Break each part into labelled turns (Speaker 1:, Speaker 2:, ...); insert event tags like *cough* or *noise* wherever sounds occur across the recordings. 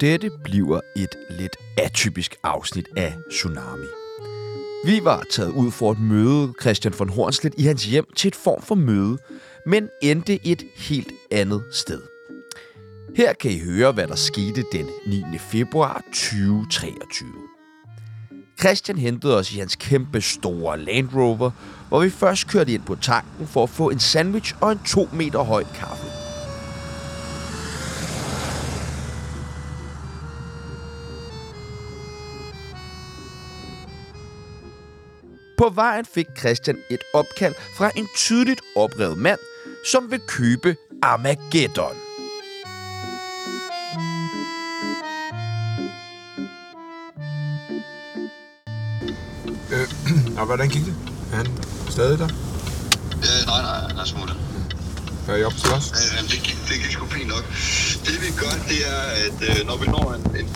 Speaker 1: Dette bliver et lidt atypisk afsnit af Tsunami. Vi var taget ud for at møde Christian von Hornslet i hans hjem til et form for møde, men endte et helt andet sted. Her kan I høre, hvad der skete den 9. februar 2023. Christian hentede os i hans kæmpe store Land Rover, hvor vi først kørte ind på tanken for at få en sandwich og en 2 meter høj kaffe. På vejen fik Christian et opkald fra en tydeligt oprevet mand, som vil købe Armageddon.
Speaker 2: Øh, *clears throat* og hvordan gik det? Er han stadig der?
Speaker 3: Øh, nej, nej, han er smuttet.
Speaker 2: Er I oppe til os?
Speaker 3: Øh, det, gik, det gik sgu fint nok. Det vi gør, det er, at øh, når vi når en... en øh,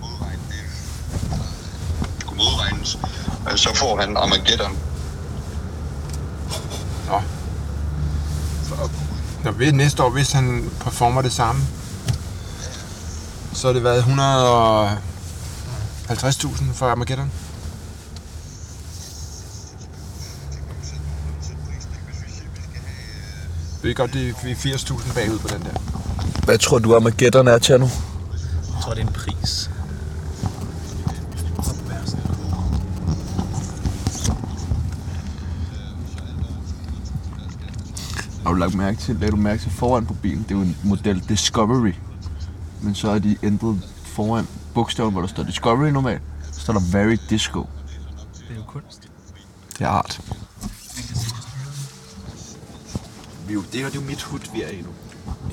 Speaker 3: modregn, det kunne modregnes, øh, så får han Armageddon.
Speaker 2: Nå. Så- Når vi næste år, hvis han performer det samme, så er det været 150.000 for Armageddon. Vi ved godt, det er vi er 80.000 bagud på den der.
Speaker 4: Hvad tror du, Armageddon er, Tjerno?
Speaker 5: Jeg tror, det er en pris.
Speaker 4: Har du lagt mærke til, lagde du mærke til foran på bilen? Det er jo en model Discovery. Men så har de ændret foran bogstaven, hvor der står Discovery normalt. Så står der Very Disco.
Speaker 5: Det er jo kunst.
Speaker 4: Det er art. Vi er jo, det, her, det er jo mit hud, vi er i nu.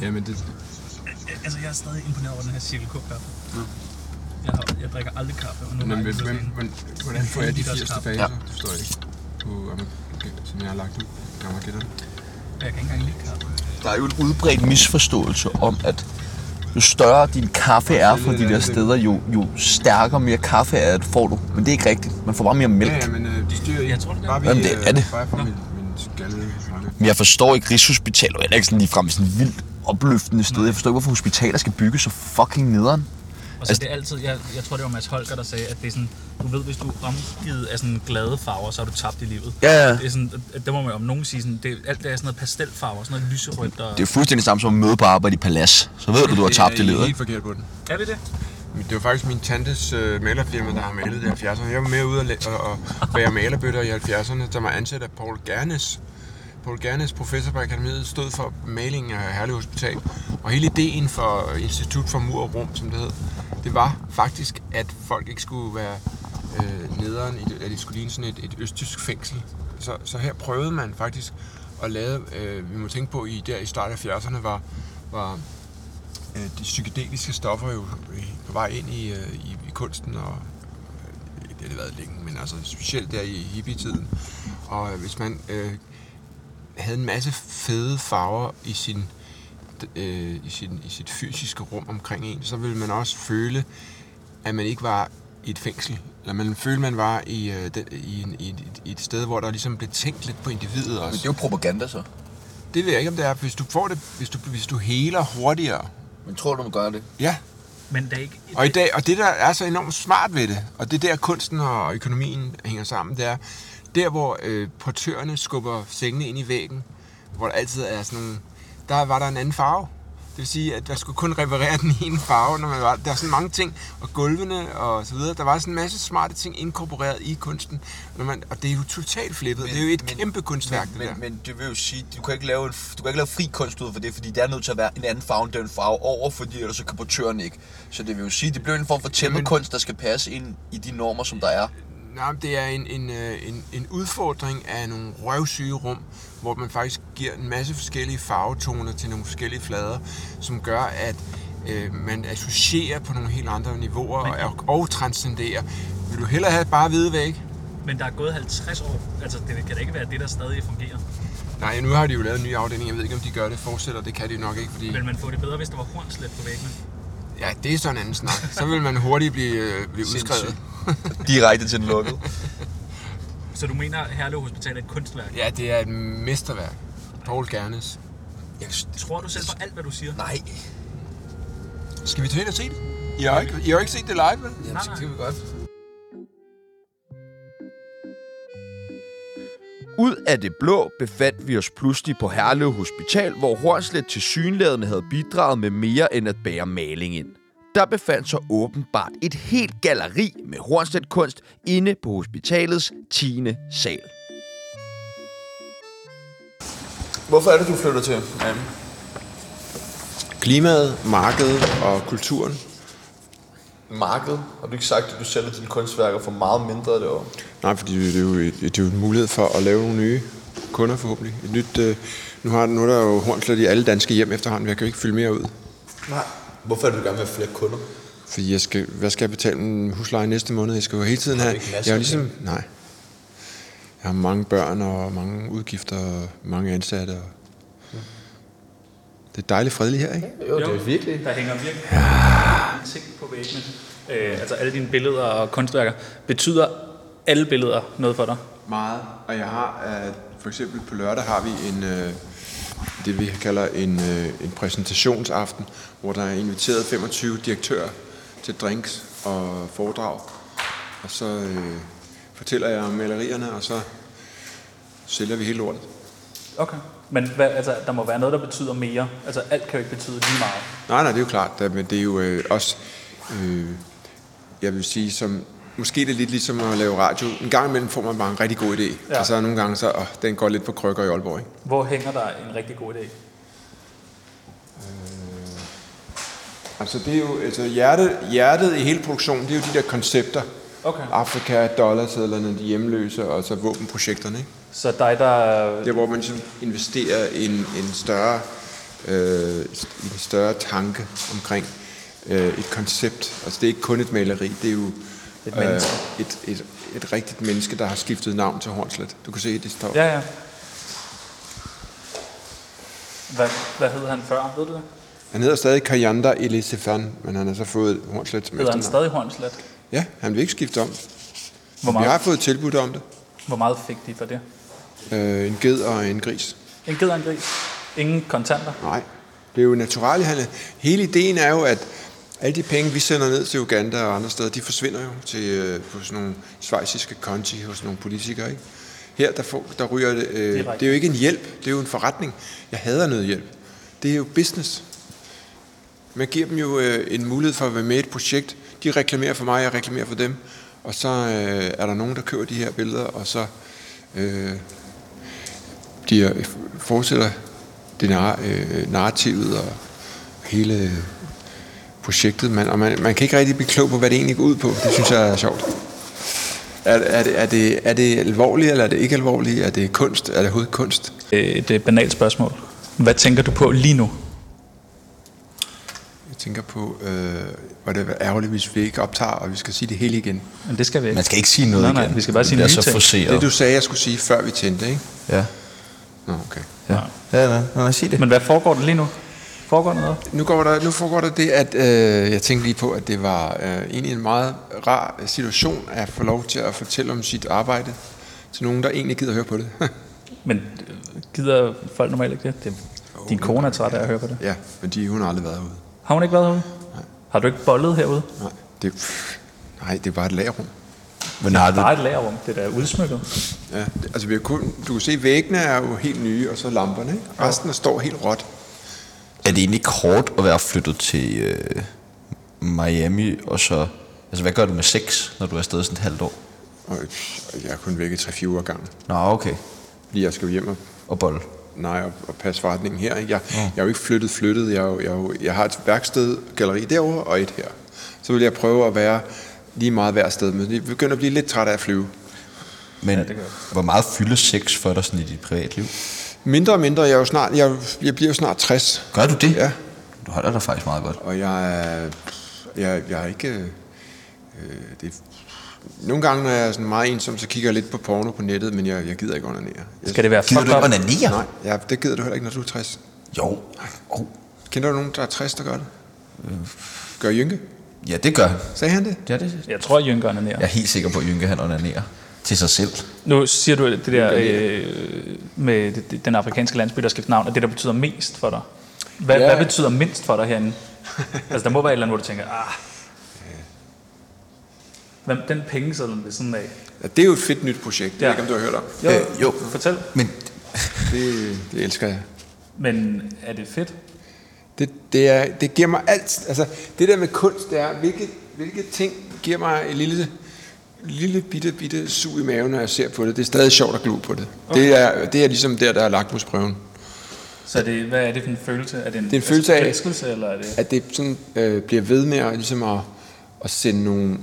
Speaker 2: Jamen, det,
Speaker 5: Altså, jeg er stadig imponeret over den her Circle K-kaffe. Jeg, har, jeg drikker aldrig kaffe, og nu
Speaker 2: men,
Speaker 5: har
Speaker 2: men,
Speaker 5: jeg
Speaker 2: men,
Speaker 5: sådan en.
Speaker 2: men, hvordan får jeg de 80 tilbage?
Speaker 4: Ja.
Speaker 2: Ja. Det forstår jeg ikke. På Armageddon, som jeg har lagt ud. Armageddon.
Speaker 5: Jeg kan ikke engang lide kaffe.
Speaker 4: Der er jo en udbredt misforståelse om, at jo større din kaffe er fra de der steder, jo, jo stærkere mere kaffe er, det får du. Men det er ikke rigtigt. Man får bare mere
Speaker 2: Ja, ja,
Speaker 4: mælk.
Speaker 2: men øh, de styrer ikke.
Speaker 5: Jeg tror, det er-
Speaker 2: bare vi,
Speaker 4: Jamen, det er det.
Speaker 2: Øh, bare for min, min skalle. mange.
Speaker 4: Men jeg forstår ikke, Rigshospitalet er heller ikke sådan ligefrem sådan et vildt opløftende sted. Jeg forstår ikke, hvorfor hospitaler skal bygges så fucking nederen.
Speaker 5: Og så altså, det er altid, jeg, jeg tror, det var Mads Holger, der sagde, at det er sådan, du ved, hvis du er omgivet af sådan glade farver, så har du tabt i livet.
Speaker 4: Ja, ja.
Speaker 5: Det er sådan, at det må man om nogen sige, sådan, det, alt det er sådan noget pastelfarver, sådan noget lyserødt og...
Speaker 4: Det er fuldstændig samme som at møde på arbejde i palads. Så ved du, du har tabt det
Speaker 2: Det er
Speaker 4: leder.
Speaker 2: helt forkert på den.
Speaker 5: Er det det?
Speaker 2: Men Det var faktisk min tantes øh, malerfirma, der har malet det i 70'erne. Jeg var med ude og, la- og, og bære malerbøtter i 70'erne, der var ansat af Paul Gernes. Paul Gernes, professor på akademiet, stod for malingen af Herlev Hospital. Og hele ideen for Institut for Mur og Rum, som det hed, det var faktisk, at folk ikke skulle være øh, nederen, i det- at det skulle ligne sådan et, et østtysk fængsel. Så, så her prøvede man faktisk at lave, øh, vi må tænke på, i der i starten af 70'erne var, var øh, de psykedeliske stoffer jo øh, på vej ind i, øh, i, i kunsten, og øh, det har det været længe, men altså specielt der i hippietiden. Og øh, hvis man øh, havde en masse fede farver i sin d- øh, i, sin, i sit fysiske rum omkring en, så ville man også føle, at man ikke var i et fængsel. Eller man følte, man var i, øh, den, i, en, i, et, i et sted, hvor der ligesom blev tænkt lidt på individet også.
Speaker 4: Men det er jo propaganda så.
Speaker 2: Det ved jeg ikke, om det er. Hvis du får det, hvis du, hvis du heler hurtigere,
Speaker 4: Men tror du, man gør det?
Speaker 2: ja,
Speaker 5: Men det er ikke...
Speaker 2: og, i dag, og det, der er så enormt smart ved det, og det er der kunsten og økonomien hænger sammen, det er der, hvor øh, portørerne skubber sengene ind i væggen, hvor der altid er sådan nogle... Der var der en anden farve. Det vil sige, at der skulle kun reparere den *laughs* ene farve, når man var... Der er sådan mange ting, og gulvene og så videre. Der var sådan en masse smarte ting inkorporeret i kunsten, når man, og det er jo totalt flippet. Men, det er jo et men, kæmpe kunstværk,
Speaker 4: men,
Speaker 2: det der.
Speaker 4: men, men det vil jo sige, du kan ikke lave, en, du kan ikke lave fri kunst ud for det, fordi der er nødt til at være en anden farve end den farve over, fordi ellers så kan portøren ikke. Så det vil jo sige, det bliver en form for tæmmerkunst, der skal passe ind i de normer, som der er.
Speaker 2: Nej, men det er en, en, øh, en, en udfordring af nogle røvsyge rum, hvor man faktisk giver en masse forskellige farvetoner til nogle forskellige flader, som gør, at øh, man associerer på nogle helt andre niveauer og, og, og transcenderer. Vil du hellere have bare hvide væg?
Speaker 5: Men der er gået 50 år. Altså, det kan da ikke være det, der stadig fungerer.
Speaker 4: Mm.
Speaker 2: Nej, nu har de jo lavet en ny afdeling. Jeg ved ikke, om de gør det fortsætter. Det kan de nok ikke, fordi...
Speaker 5: Vil man få det bedre, hvis der var hornslet på væggene?
Speaker 2: Ja, det er sådan en anden snak. Så vil man hurtigt blive, øh, blive udskrevet.
Speaker 4: Sindssygt. Direkte til den lukkede.
Speaker 5: Så du mener, at Herlev Hospital er et kunstværk?
Speaker 2: Ja, det er et mesterværk. Paul Gernes.
Speaker 4: *laughs* Jeg,
Speaker 5: Tror du selv på alt, hvad du siger?
Speaker 4: nej,
Speaker 2: Skal vi tage ind og se det? I har ikke, I har ikke set det live, vel?
Speaker 4: Jamen,
Speaker 5: Nej,
Speaker 4: så
Speaker 5: nej.
Speaker 4: kan vi godt.
Speaker 1: Ud af det blå befandt vi os pludselig på Herlev Hospital, hvor Hornslet til synlædende havde bidraget med mere end at bære maling ind. Der befandt sig åbenbart et helt galeri med Hornslet-kunst inde på hospitalets 10. sal.
Speaker 4: Hvorfor er det, du flytter til? Jamen.
Speaker 2: Klimaet, markedet og kulturen.
Speaker 4: Markedet? Har du ikke sagt, at du sælger dine kunstværker for meget mindre det år?
Speaker 2: Nej, fordi det er, jo, et- det er jo en mulighed for at lave nogle nye kunder forhåbentlig. Et nyt, øh, nu, har, nu er der jo hornslet i alle danske hjem efterhånden, men jeg kan jo ikke fylde mere ud.
Speaker 4: Nej. Hvorfor er det, du gerne vil have flere kunder?
Speaker 2: Fordi jeg skal, hvad skal jeg betale en husleje næste måned? Jeg skal jo hele tiden have...
Speaker 4: ikke
Speaker 2: Jeg
Speaker 4: masser
Speaker 2: er
Speaker 4: af
Speaker 2: jo ligesom... Nej. Jeg har mange børn og mange udgifter og mange ansatte. Og... Det er dejligt fredeligt her, ikke?
Speaker 4: Jo, det er virkelig.
Speaker 5: Der hænger virkelig mange ting på væggene. Øh, altså alle dine billeder og kunstværker. Betyder alle billeder noget for dig?
Speaker 2: Meget. Og jeg har, øh, for eksempel på lørdag har vi en, øh, det vi kalder en, øh, en præsentationsaften, hvor der er inviteret 25 direktører til drinks og foredrag. Og så øh, fortæller jeg om malerierne, og så sælger vi hele lortet.
Speaker 5: Okay. Men hvad, altså, der må være noget, der betyder mere. Altså alt kan jo ikke betyde lige meget.
Speaker 2: Nej, nej, det er jo klart, da, men det er jo øh, også, øh, jeg vil sige, som, måske det er lidt ligesom at lave radio. En gang imellem får man bare en rigtig god idé,
Speaker 5: Ja.
Speaker 2: ja. og så er nogle gange, så, åh, den går lidt på krykker i Aalborg, ikke?
Speaker 5: Hvor hænger der en rigtig god idé?
Speaker 2: Altså det er jo, altså hjertet, hjertet i hele produktionen, det er jo de der koncepter.
Speaker 5: Okay.
Speaker 2: Afrika, dollarsedlerne, de hjemløse og så våbenprojekterne. Ikke?
Speaker 5: Så dig, der...
Speaker 2: Det er, hvor man ligesom investerer i en, en, større, øh, en større tanke omkring øh, et koncept. Altså det er ikke kun et maleri, det er jo
Speaker 5: Et menneske.
Speaker 2: Øh, et, et, et rigtigt menneske, der har skiftet navn til Hornslet. Du kan se, det står.
Speaker 5: Ja, ja. Hvad, hvad hed han før, ved du det?
Speaker 2: Han hedder stadig Kajanda Elisefan, men han har så fået Hornslet som
Speaker 5: Hedder han
Speaker 2: efternavn.
Speaker 5: stadig Hornslet?
Speaker 2: Ja, han vil ikke skifte om.
Speaker 5: Hvor
Speaker 2: Vi har
Speaker 5: meget,
Speaker 2: fået tilbudt om det.
Speaker 5: hvor meget fik de for det?
Speaker 2: Øh, en ged og en gris.
Speaker 5: En ged og en gris. Ingen kontanter.
Speaker 2: Nej, det er jo naturligt. Han hele ideen er jo, at alle de penge, vi sender ned til Uganda og andre steder, de forsvinder jo til, øh, på sådan nogle svejsiske konti hos nogle politikere. Ikke? Her der, får, der ryger det, øh,
Speaker 5: Direkte.
Speaker 2: det er jo ikke en hjælp, det er jo en forretning. Jeg hader noget hjælp. Det er jo business. Man giver dem jo øh, en mulighed for at være med i et projekt. De reklamerer for mig, jeg reklamerer for dem. Og så øh, er der nogen, der køber de her billeder, og så øh, de øh, fortsætter det nar- øh, narrativet og hele projektet. Man, og man, man kan ikke rigtig blive klog på, hvad det egentlig går ud på. Det synes jeg er sjovt. Er, er, det, er, det, er det alvorligt, eller er det ikke alvorligt? Er det kunst? Er det overhovedet kunst?
Speaker 5: Øh, Et banalt spørgsmål. Hvad tænker du på lige nu?
Speaker 2: Jeg tænker på, øh, hvor det er ærgerligt, hvis vi ikke optager, og vi skal sige det hele igen.
Speaker 5: Men det skal vi ikke.
Speaker 4: Man skal ikke sige noget
Speaker 5: nej, nej,
Speaker 4: igen.
Speaker 5: vi skal bare sige
Speaker 4: det
Speaker 5: nye
Speaker 4: er så
Speaker 5: ting.
Speaker 4: forseret.
Speaker 2: Det du sagde, jeg skulle sige, før vi tændte, ikke?
Speaker 4: Ja.
Speaker 2: Nå, okay.
Speaker 4: Ja, ja, ja. Nå, lad os sige det.
Speaker 5: Men hvad foregår der lige nu? Foregår der noget?
Speaker 2: Nu, går der, nu foregår der det, at øh, jeg tænkte lige på, at det var øh, egentlig en meget rar situation at få lov til at fortælle om sit arbejde til nogen, der egentlig gider høre på det.
Speaker 5: Men øh, gider folk normalt ikke det? det din kone er træt af at høre på det.
Speaker 2: *laughs* ja, fordi hun har aldrig været herude.
Speaker 5: Har hun ikke været herude?
Speaker 2: Nej.
Speaker 5: Har du ikke bollet herude?
Speaker 2: Nej, det, pff, nej, det er bare et lagerrum.
Speaker 4: Men har du...
Speaker 5: Der er et lagerrum, det der er udsmykket.
Speaker 2: Ja, det, altså vi har kun, du kan se, at væggene er jo helt nye, og så lamperne. Ikke? Resten står helt råt.
Speaker 4: Er det egentlig ikke hårdt at være flyttet til øh, Miami, og så... Altså, hvad gør du med sex, når du er afsted sådan et halvt år?
Speaker 2: Og øh, jeg er kun væk i 3-4 uger gangen,
Speaker 4: Nå, okay.
Speaker 2: fordi jeg skal jo hjem og
Speaker 4: Og bold.
Speaker 2: Nej, og, og passe forretningen her. Ikke? Jeg, jeg er jo ikke flyttet, flyttet. Jeg, er jo- jeg, er jo- jeg har et værksted, galleri derovre og et her. Så vil jeg prøve at være lige meget hver sted, men jeg begynder at blive lidt træt af at flyve.
Speaker 4: Men ja, hvor meget fylder sex for dig sådan i dit privatliv?
Speaker 2: Mindre og mindre, jeg, er jo snart, jeg, er jo- jeg bliver jo snart 60,
Speaker 4: Gør du det?
Speaker 2: Ja.
Speaker 4: Du holder dig faktisk meget godt.
Speaker 2: og jeg er, jeg, jeg er ikke... Øh, det, nogle gange, når jeg er sådan meget ensom, så kigger jeg lidt på porno på nettet, men jeg, jeg gider ikke onanere. Jeg,
Speaker 5: Skal det være
Speaker 4: Gider du
Speaker 5: fucked up?
Speaker 4: ikke onanere?
Speaker 2: Nej, ja, det gider du heller ikke, når du er 60.
Speaker 4: Jo. Oh.
Speaker 2: Kender du nogen, der er 60, der gør det? Gør Jynke?
Speaker 4: Ja, det gør han.
Speaker 2: Sagde han det?
Speaker 4: Ja, det,
Speaker 5: Jeg tror, at Jynke onanerer.
Speaker 4: jeg er helt sikker på, at Jynke han onanerer.
Speaker 6: til sig selv.
Speaker 5: Nu siger du det der øh, med det- det- den afrikanske landsby, der skifter navn, og det, der betyder mest for dig. Hvad,
Speaker 2: Ja.
Speaker 5: ja. hvad betyder mindst for dig
Speaker 4: *laughs*
Speaker 5: herinde? altså, der må være et eller andet, hvor du tænker, ah... Hvem, den pengeseddel ved siden af.
Speaker 2: Ja, det er jo et fedt nyt projekt. Det ja.
Speaker 5: Ja.
Speaker 2: ved jeg ikke, om du har hørt om.
Speaker 5: Jo,
Speaker 6: Øh, jo.
Speaker 5: fortæl.
Speaker 6: Men
Speaker 2: Det, det elsker jeg.
Speaker 5: Men er det fedt?
Speaker 2: Det, det, er, det giver mig alt. Altså, det der med kunst, det er, hvilke, hvilke ting giver mig en lille, lille bitte, bitte sug i maven, når jeg ser på det. Det er stadig sjovt at glo på det. Okay. Det, er, det er ligesom der, der er lagt hos prøven.
Speaker 5: Så er det, hvad er det for en følelse? Er det en, det
Speaker 2: er en følelse af-
Speaker 5: forelskelse, eller er det...
Speaker 2: At det sådan, øh, bliver ved med at, ligesom at, at sende nogle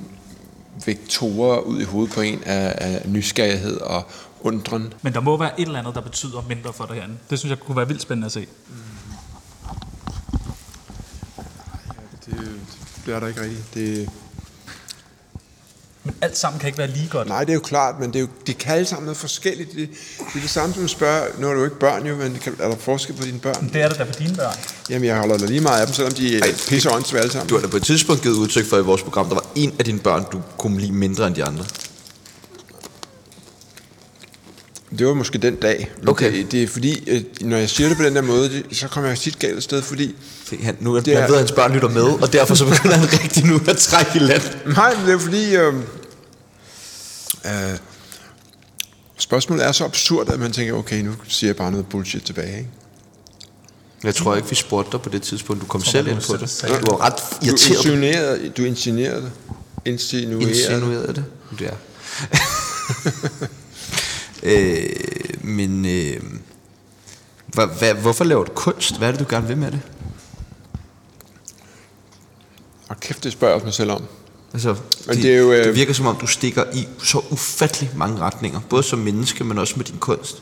Speaker 2: vektorer ud i hovedet på en af, af nysgerrighed og undren.
Speaker 5: Men der må være et eller andet, der betyder mindre for dig herinde. Det synes jeg kunne være vildt spændende at se.
Speaker 2: Det bliver der ikke rigtigt. Det,
Speaker 5: Men alt sammen kan ikke være lige godt.
Speaker 2: Nej, det er jo klart, men det, er jo, det kan alle sammen noget forskelligt. Det, det er det samme som at spørge, nu er du jo ikke børn jo, men kan, er der forskel på dine børn?
Speaker 5: Det er der da for dine børn.
Speaker 2: Jamen, jeg holder da lige meget af dem, selvom de er pisse åndssvage alle sammen.
Speaker 6: du har da på et tidspunkt givet udtryk for i vores program, der var en af dine børn, du kunne lide mindre end de andre.
Speaker 2: Det var måske den dag. Men
Speaker 6: Okay.
Speaker 2: Det, det er fordi, øh, når jeg siger det på den der måde, det, så kommer jeg tit galt afsted, fordi...
Speaker 6: Se, han, nu er,
Speaker 2: Det er-
Speaker 6: han ved, at hans børn lytter med, og derfor så begynder han rigtig nu at trække i land.
Speaker 2: Nej, men det er fordi... Øh, øh, spørgsmålet er så absurd, at man tænker, okay, nu siger jeg bare noget bullshit tilbage, ikke?
Speaker 6: Jeg tror ikke, vi spurgte dig på det tidspunkt. Du kom selv
Speaker 5: man
Speaker 6: ind
Speaker 5: må
Speaker 6: på
Speaker 5: sætte
Speaker 6: det.
Speaker 5: sig
Speaker 6: Du var ret
Speaker 2: Du
Speaker 6: irriteret.
Speaker 2: insinuerede, du insinuerede det. Insinuerede.
Speaker 6: Insinuerede det. Det er. øh, men øh, hva, hva, hvorfor laver du kunst? Hvad er det, du gerne vil med det?
Speaker 2: Og kæft, det spørger jeg også mig selv om.
Speaker 6: Altså,
Speaker 2: Men
Speaker 6: det,
Speaker 2: det er jo, øh,
Speaker 6: det virker som om, du stikker i så ufattelig mange retninger. Både som menneske, men også med din kunst.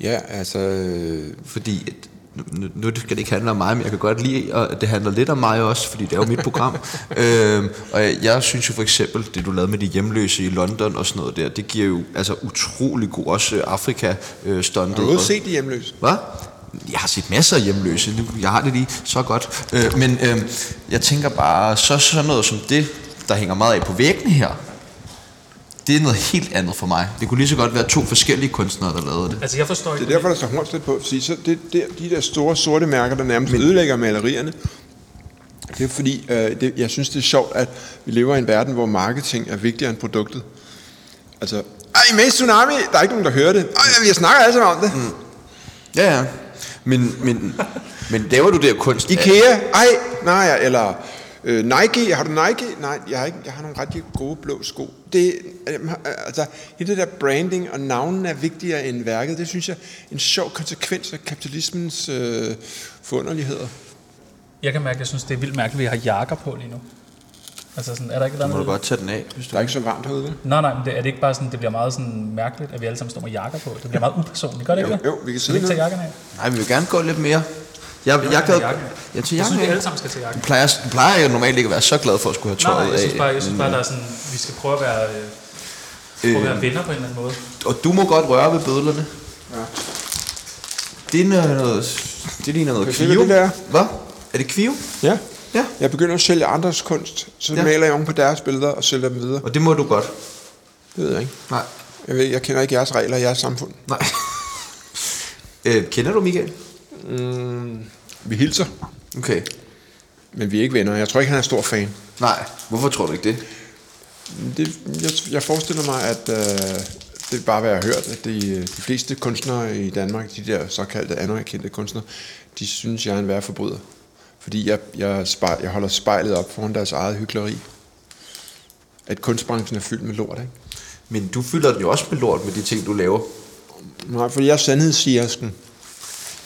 Speaker 2: Ja, altså... øh,
Speaker 6: Fordi at, nu, nu skal det ikke handle om mig, men jeg kan godt lide, og det handler lidt om mig også, fordi det er jo mit *laughs* program. øhm, og jeg, jeg synes jo for eksempel, det du lavede med de hjemløse i London og sådan noget der, det giver jo altså utrolig god, også øh, afrika øh, stuntet.
Speaker 2: Har du
Speaker 6: og-
Speaker 2: ude set de hjemløse?
Speaker 6: Hvad? Jeg har set masser af hjemløse. Nu- Jeg har det lige så godt. Øh, men øh, jeg tænker bare, så sådan noget som det, der hænger meget af på væggene her, det er noget helt andet for mig. Det kunne lige så godt være to forskellige kunstnere, der lavede det.
Speaker 5: Altså, jeg forstår ikke...
Speaker 2: Det er derfor, der står hornslet på. Fordi så det, det, de der store sorte mærker, der nærmest Men... ødelægger malerierne, det er fordi, øh, det, jeg synes, det er sjovt, at vi lever i en verden, hvor marketing er vigtigere end produktet. Altså, ej, med tsunami, der er ikke nogen, der hører det. Ej, jeg snakker alle sammen om det. Mm.
Speaker 6: Ja, ja. Men, men, men laver du det her kunst?
Speaker 2: IKEA, ej, nej, eller øh, Nike, har du Nike? Nej, jeg har, ikke, jeg har nogle ret gode blå sko. Det, øh, altså, hele det der branding og navnen er vigtigere end værket, det synes jeg er en sjov konsekvens af kapitalismens øh, forunderligheder.
Speaker 5: Jeg kan mærke, at jeg synes, det er vildt mærkeligt, at vi har jakker på lige nu. Altså, sådan, er der ikke et
Speaker 6: må
Speaker 5: eller
Speaker 6: du
Speaker 5: andet...
Speaker 6: godt tage den af, hvis
Speaker 2: Der
Speaker 6: du
Speaker 2: er ikke så varmt herude, vel?
Speaker 5: Nej, nej, men det, er det ikke bare sådan, det bliver meget sådan mærkeligt, at vi alle sammen står med jakker på? Det bliver meget upersonligt, gør det ikke? det?
Speaker 2: jo, vi kan sidde
Speaker 5: ikke tage
Speaker 2: ned.
Speaker 5: jakkerne af.
Speaker 6: Nej, vi vil gerne gå lidt mere. Jeg, jeg, jeg,
Speaker 5: tager
Speaker 6: glad,
Speaker 5: jakken af.
Speaker 6: jeg
Speaker 5: Jeg
Speaker 6: tager jakken
Speaker 5: synes, vi alle
Speaker 6: af.
Speaker 5: sammen skal tage jakken.
Speaker 6: Du plejer, du plejer jeg normalt ikke at være så glad for at skulle have
Speaker 5: Nej,
Speaker 6: tøjet
Speaker 5: nej, jeg synes bare, jeg synes
Speaker 6: men,
Speaker 5: bare, der er sådan, vi skal prøve at være, øh, prøve
Speaker 2: Øh,
Speaker 5: at være venner på en eller anden måde.
Speaker 6: Øhm, Og du må godt røre ved bødlerne. Ja. Det, er noget, det ligner noget
Speaker 2: Kan du se, hvad
Speaker 6: kvio.
Speaker 2: det der er?
Speaker 6: Hvad? Er det kvio?
Speaker 2: Ja.
Speaker 6: Ja.
Speaker 2: Jeg begynder at sælge andres kunst, så
Speaker 6: Ja.
Speaker 2: ja. maler jeg oven på deres billeder og sælger dem videre.
Speaker 6: Og det må du godt.
Speaker 2: Det ved jeg ikke.
Speaker 6: Nej.
Speaker 2: Jeg, ved, jeg kender ikke jeres regler i jeres samfund.
Speaker 6: Nej. *laughs* øh, kender du Michael?
Speaker 2: Mm. Vi hilser,
Speaker 6: Okay.
Speaker 2: men vi er ikke venner. Jeg tror ikke, han er stor fan.
Speaker 6: Nej. Hvorfor tror du ikke det?
Speaker 2: Det, jeg, jeg forestiller mig, at øh, det er bare, hvad jeg har hørt, at de, øh, de fleste kunstnere i Danmark, de der såkaldte anerkendte kunstnere, de synes, jeg er en værre forbryder. Fordi jeg, jeg, spejl, jeg holder spejlet op foran deres eget hykleri. At kunstbranchen er fyldt med lort, ikke?
Speaker 6: Men du fylder den jo også med lort med de ting, du laver.
Speaker 2: Nej, fordi jeg er sandhedssigersken.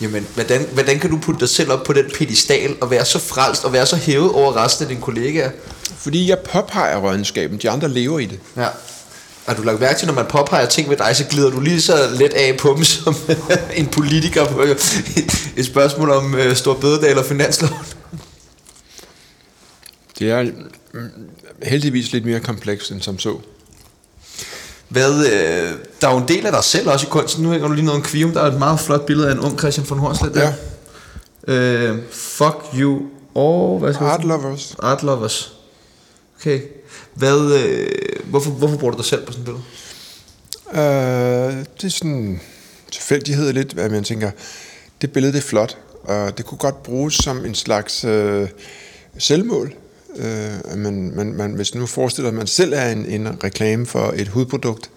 Speaker 6: Jamen, hvordan, hvordan kan du putte dig selv op på den pedestal og være så frelst og være så hævet over resten af dine kollegaer?
Speaker 2: Fordi jeg påpeger rådenskaben, de andre lever i det.
Speaker 6: Ja. Har du lagt mærke til, når man påpeger ting ved dig, så glider du lige så let af på dem, *laughs* som en politiker på et, et spørgsmål om øh, stor bødedag eller finansloven?
Speaker 2: Det er mm, heldigvis lidt mere komplekst end som så.
Speaker 6: Hvad, øh, der er jo en del af dig selv også i kunsten. Nu hænger du lige noget om Kvium. Der er et meget flot billede af en ung Christian von Hornslet der. Øh, fuck you. Og hvad skal vi-
Speaker 2: Art lovers.
Speaker 6: Art lovers. Okay. Hvad, øh, hvorfor, hvorfor bruger du dig selv på sådan et billede?
Speaker 2: Øh, det er sådan tilfældighed lidt, at man tænker, det billede det er flot, og det kunne godt bruges som en slags øh, selvmål. Øh, at man, man, man, hvis nu forestiller, at man selv er en, en reklame for et hudprodukt,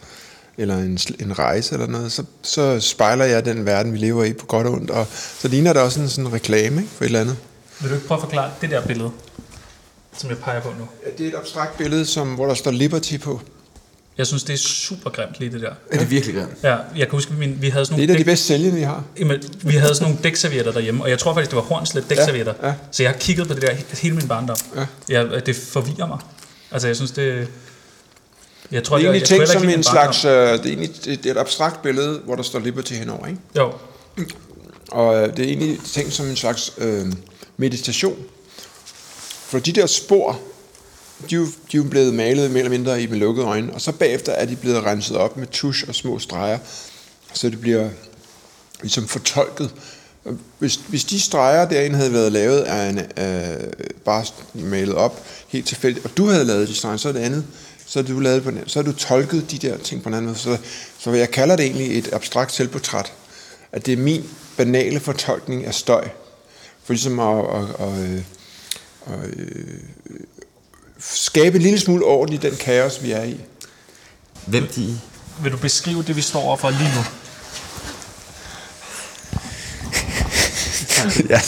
Speaker 2: eller en, sl- en rejse eller noget, så, så spejler jeg den verden, vi lever i på godt og ondt, og så ligner det også en sådan en reklame ikke, for et eller andet.
Speaker 5: Vil du ikke prøve at forklare det der billede, som jeg peger på nu?
Speaker 2: Ja, Det er et abstrakt billede, som, hvor der står Liberty på.
Speaker 5: Jeg synes, det er super grimt lige det der.
Speaker 6: Er det virkelig grimt?
Speaker 5: Ja, jeg kan huske, at vi havde sådan
Speaker 2: Det er
Speaker 5: nogle
Speaker 2: et af de
Speaker 5: dæk-
Speaker 2: bedst sælgende, vi har.
Speaker 5: Jamen, vi havde sådan nogle dækservietter derhjemme, og jeg tror faktisk, det var Hornslet dækservietter.
Speaker 2: Ja, ja.
Speaker 5: Så jeg har kigget på det der he- hele min barndom.
Speaker 2: Ja.
Speaker 5: Jeg, det forvirrer mig. Altså, jeg synes, det... Jeg tror,
Speaker 2: Det er
Speaker 5: jeg,
Speaker 2: egentlig
Speaker 5: jeg, tror
Speaker 2: tænkt
Speaker 5: heller
Speaker 2: som
Speaker 5: ikke,
Speaker 2: en
Speaker 5: det er min
Speaker 2: slags, øh, det er egentlig det er et abstrakt billede, hvor der står Liberty henover, ikke?
Speaker 5: barndom. Jo,
Speaker 2: Og øh, det er egentlig tænkt som en slags øh, meditation. For de der spor, de er, jo, de er jo blevet malet mere eller mindre i med lukkede øjne, og så bagefter er de blevet renset op med tusch og små streger, så det bliver ligesom fortolket. Og Hvis, hvis de streger derinde havde været lavet af en, øh, bare malet op helt tilfældigt, og du havde lavet de streger, så er det andet, så er du, lavet på, en- så er du tolket de der ting på en anden måde. Så, så jeg kalder det egentlig et abstrakt selvportræt, at det er min banale fortolkning af støj. For ligesom at, at, at, øh, at øh, skabe en lille smule orden i den kaos, vi er i.
Speaker 6: Hvem de er?
Speaker 5: vil du beskrive det, vi står overfor lige nu?
Speaker 6: ja.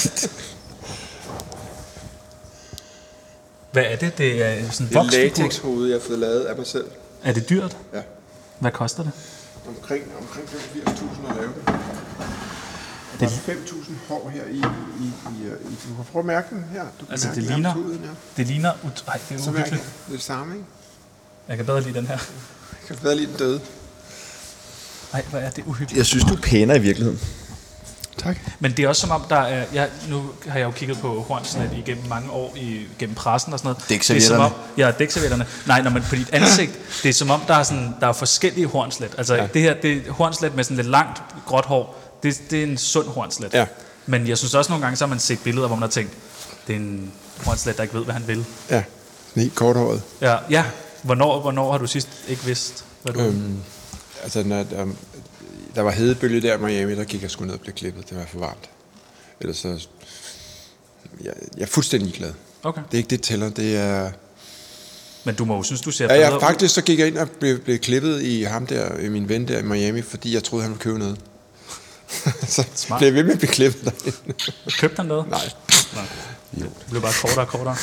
Speaker 5: Hvad er det? Det er sådan en voksfigur.
Speaker 2: jeg har fået lavet af mig selv.
Speaker 5: Er det dyrt?
Speaker 2: Ja.
Speaker 5: Hvad koster det?
Speaker 2: Omkring, omkring 85.000 at lave det. Og Der er 5.000 hår her i, i, i, i, Du kan prøve at mærke den her. Du kan
Speaker 5: Altså,
Speaker 2: mærke
Speaker 5: det
Speaker 2: den her
Speaker 5: ligner...
Speaker 2: på huden, ja.
Speaker 5: Det ligner... ut- Ej, det er
Speaker 2: Så mærker jeg
Speaker 5: uhyggeligt.
Speaker 2: det samme, ikke?
Speaker 5: Jeg kan bedre lide den her.
Speaker 2: Jeg kan bedre lide den døde.
Speaker 5: Nej, hvor er det uhyggeligt.
Speaker 1: Jeg synes, du er pænere i virkeligheden.
Speaker 2: Tak.
Speaker 5: Men det er også som om, der er, jeg, nu har jeg jo kigget på Hornslet igennem mange år, i, igennem pressen og sådan noget.
Speaker 6: Dækservietterne.
Speaker 5: Det er som om, ja, dækservietterne. Nej, når man på dit ansigt, det er som om, der er, sådan, der er forskellige Hornslet. Altså ja. det her, det er Hornslet med sådan lidt langt gråt hår, det, det er en sund Hornslet.
Speaker 2: Ja.
Speaker 5: Men jeg synes også nogle gange, så har man set billeder, hvor man har tænkt, det er en Hornslet, der ikke ved, hvad han vil.
Speaker 2: Ja, den er helt korthåret.
Speaker 5: Ja, ja. Hvornår, hvornår har du sidst ikke vidst, hvad du... Øhm.
Speaker 2: Øhm, altså, når, der, der var hedebølge der i Miami, der gik jeg sgu ned og blev klippet. Det var for varmt. Ellers så... Jeg, jeg er fuldstændig glad.
Speaker 5: Okay.
Speaker 2: Det er ikke det, der tæller. Det er...
Speaker 5: Men du må jo synes, du ser
Speaker 2: Ja,
Speaker 5: bedre
Speaker 2: ja, faktisk så gik jeg ind og blev, blev klippet i ham der, øh, min ven der i Miami, fordi jeg troede, han ville købe noget. *laughs* så
Speaker 5: Smart.
Speaker 2: blev jeg ved med at blive klippet derinde.
Speaker 5: ud. Købte han noget?
Speaker 2: Nej.
Speaker 5: Nej. Det blev bare kortere og kortere.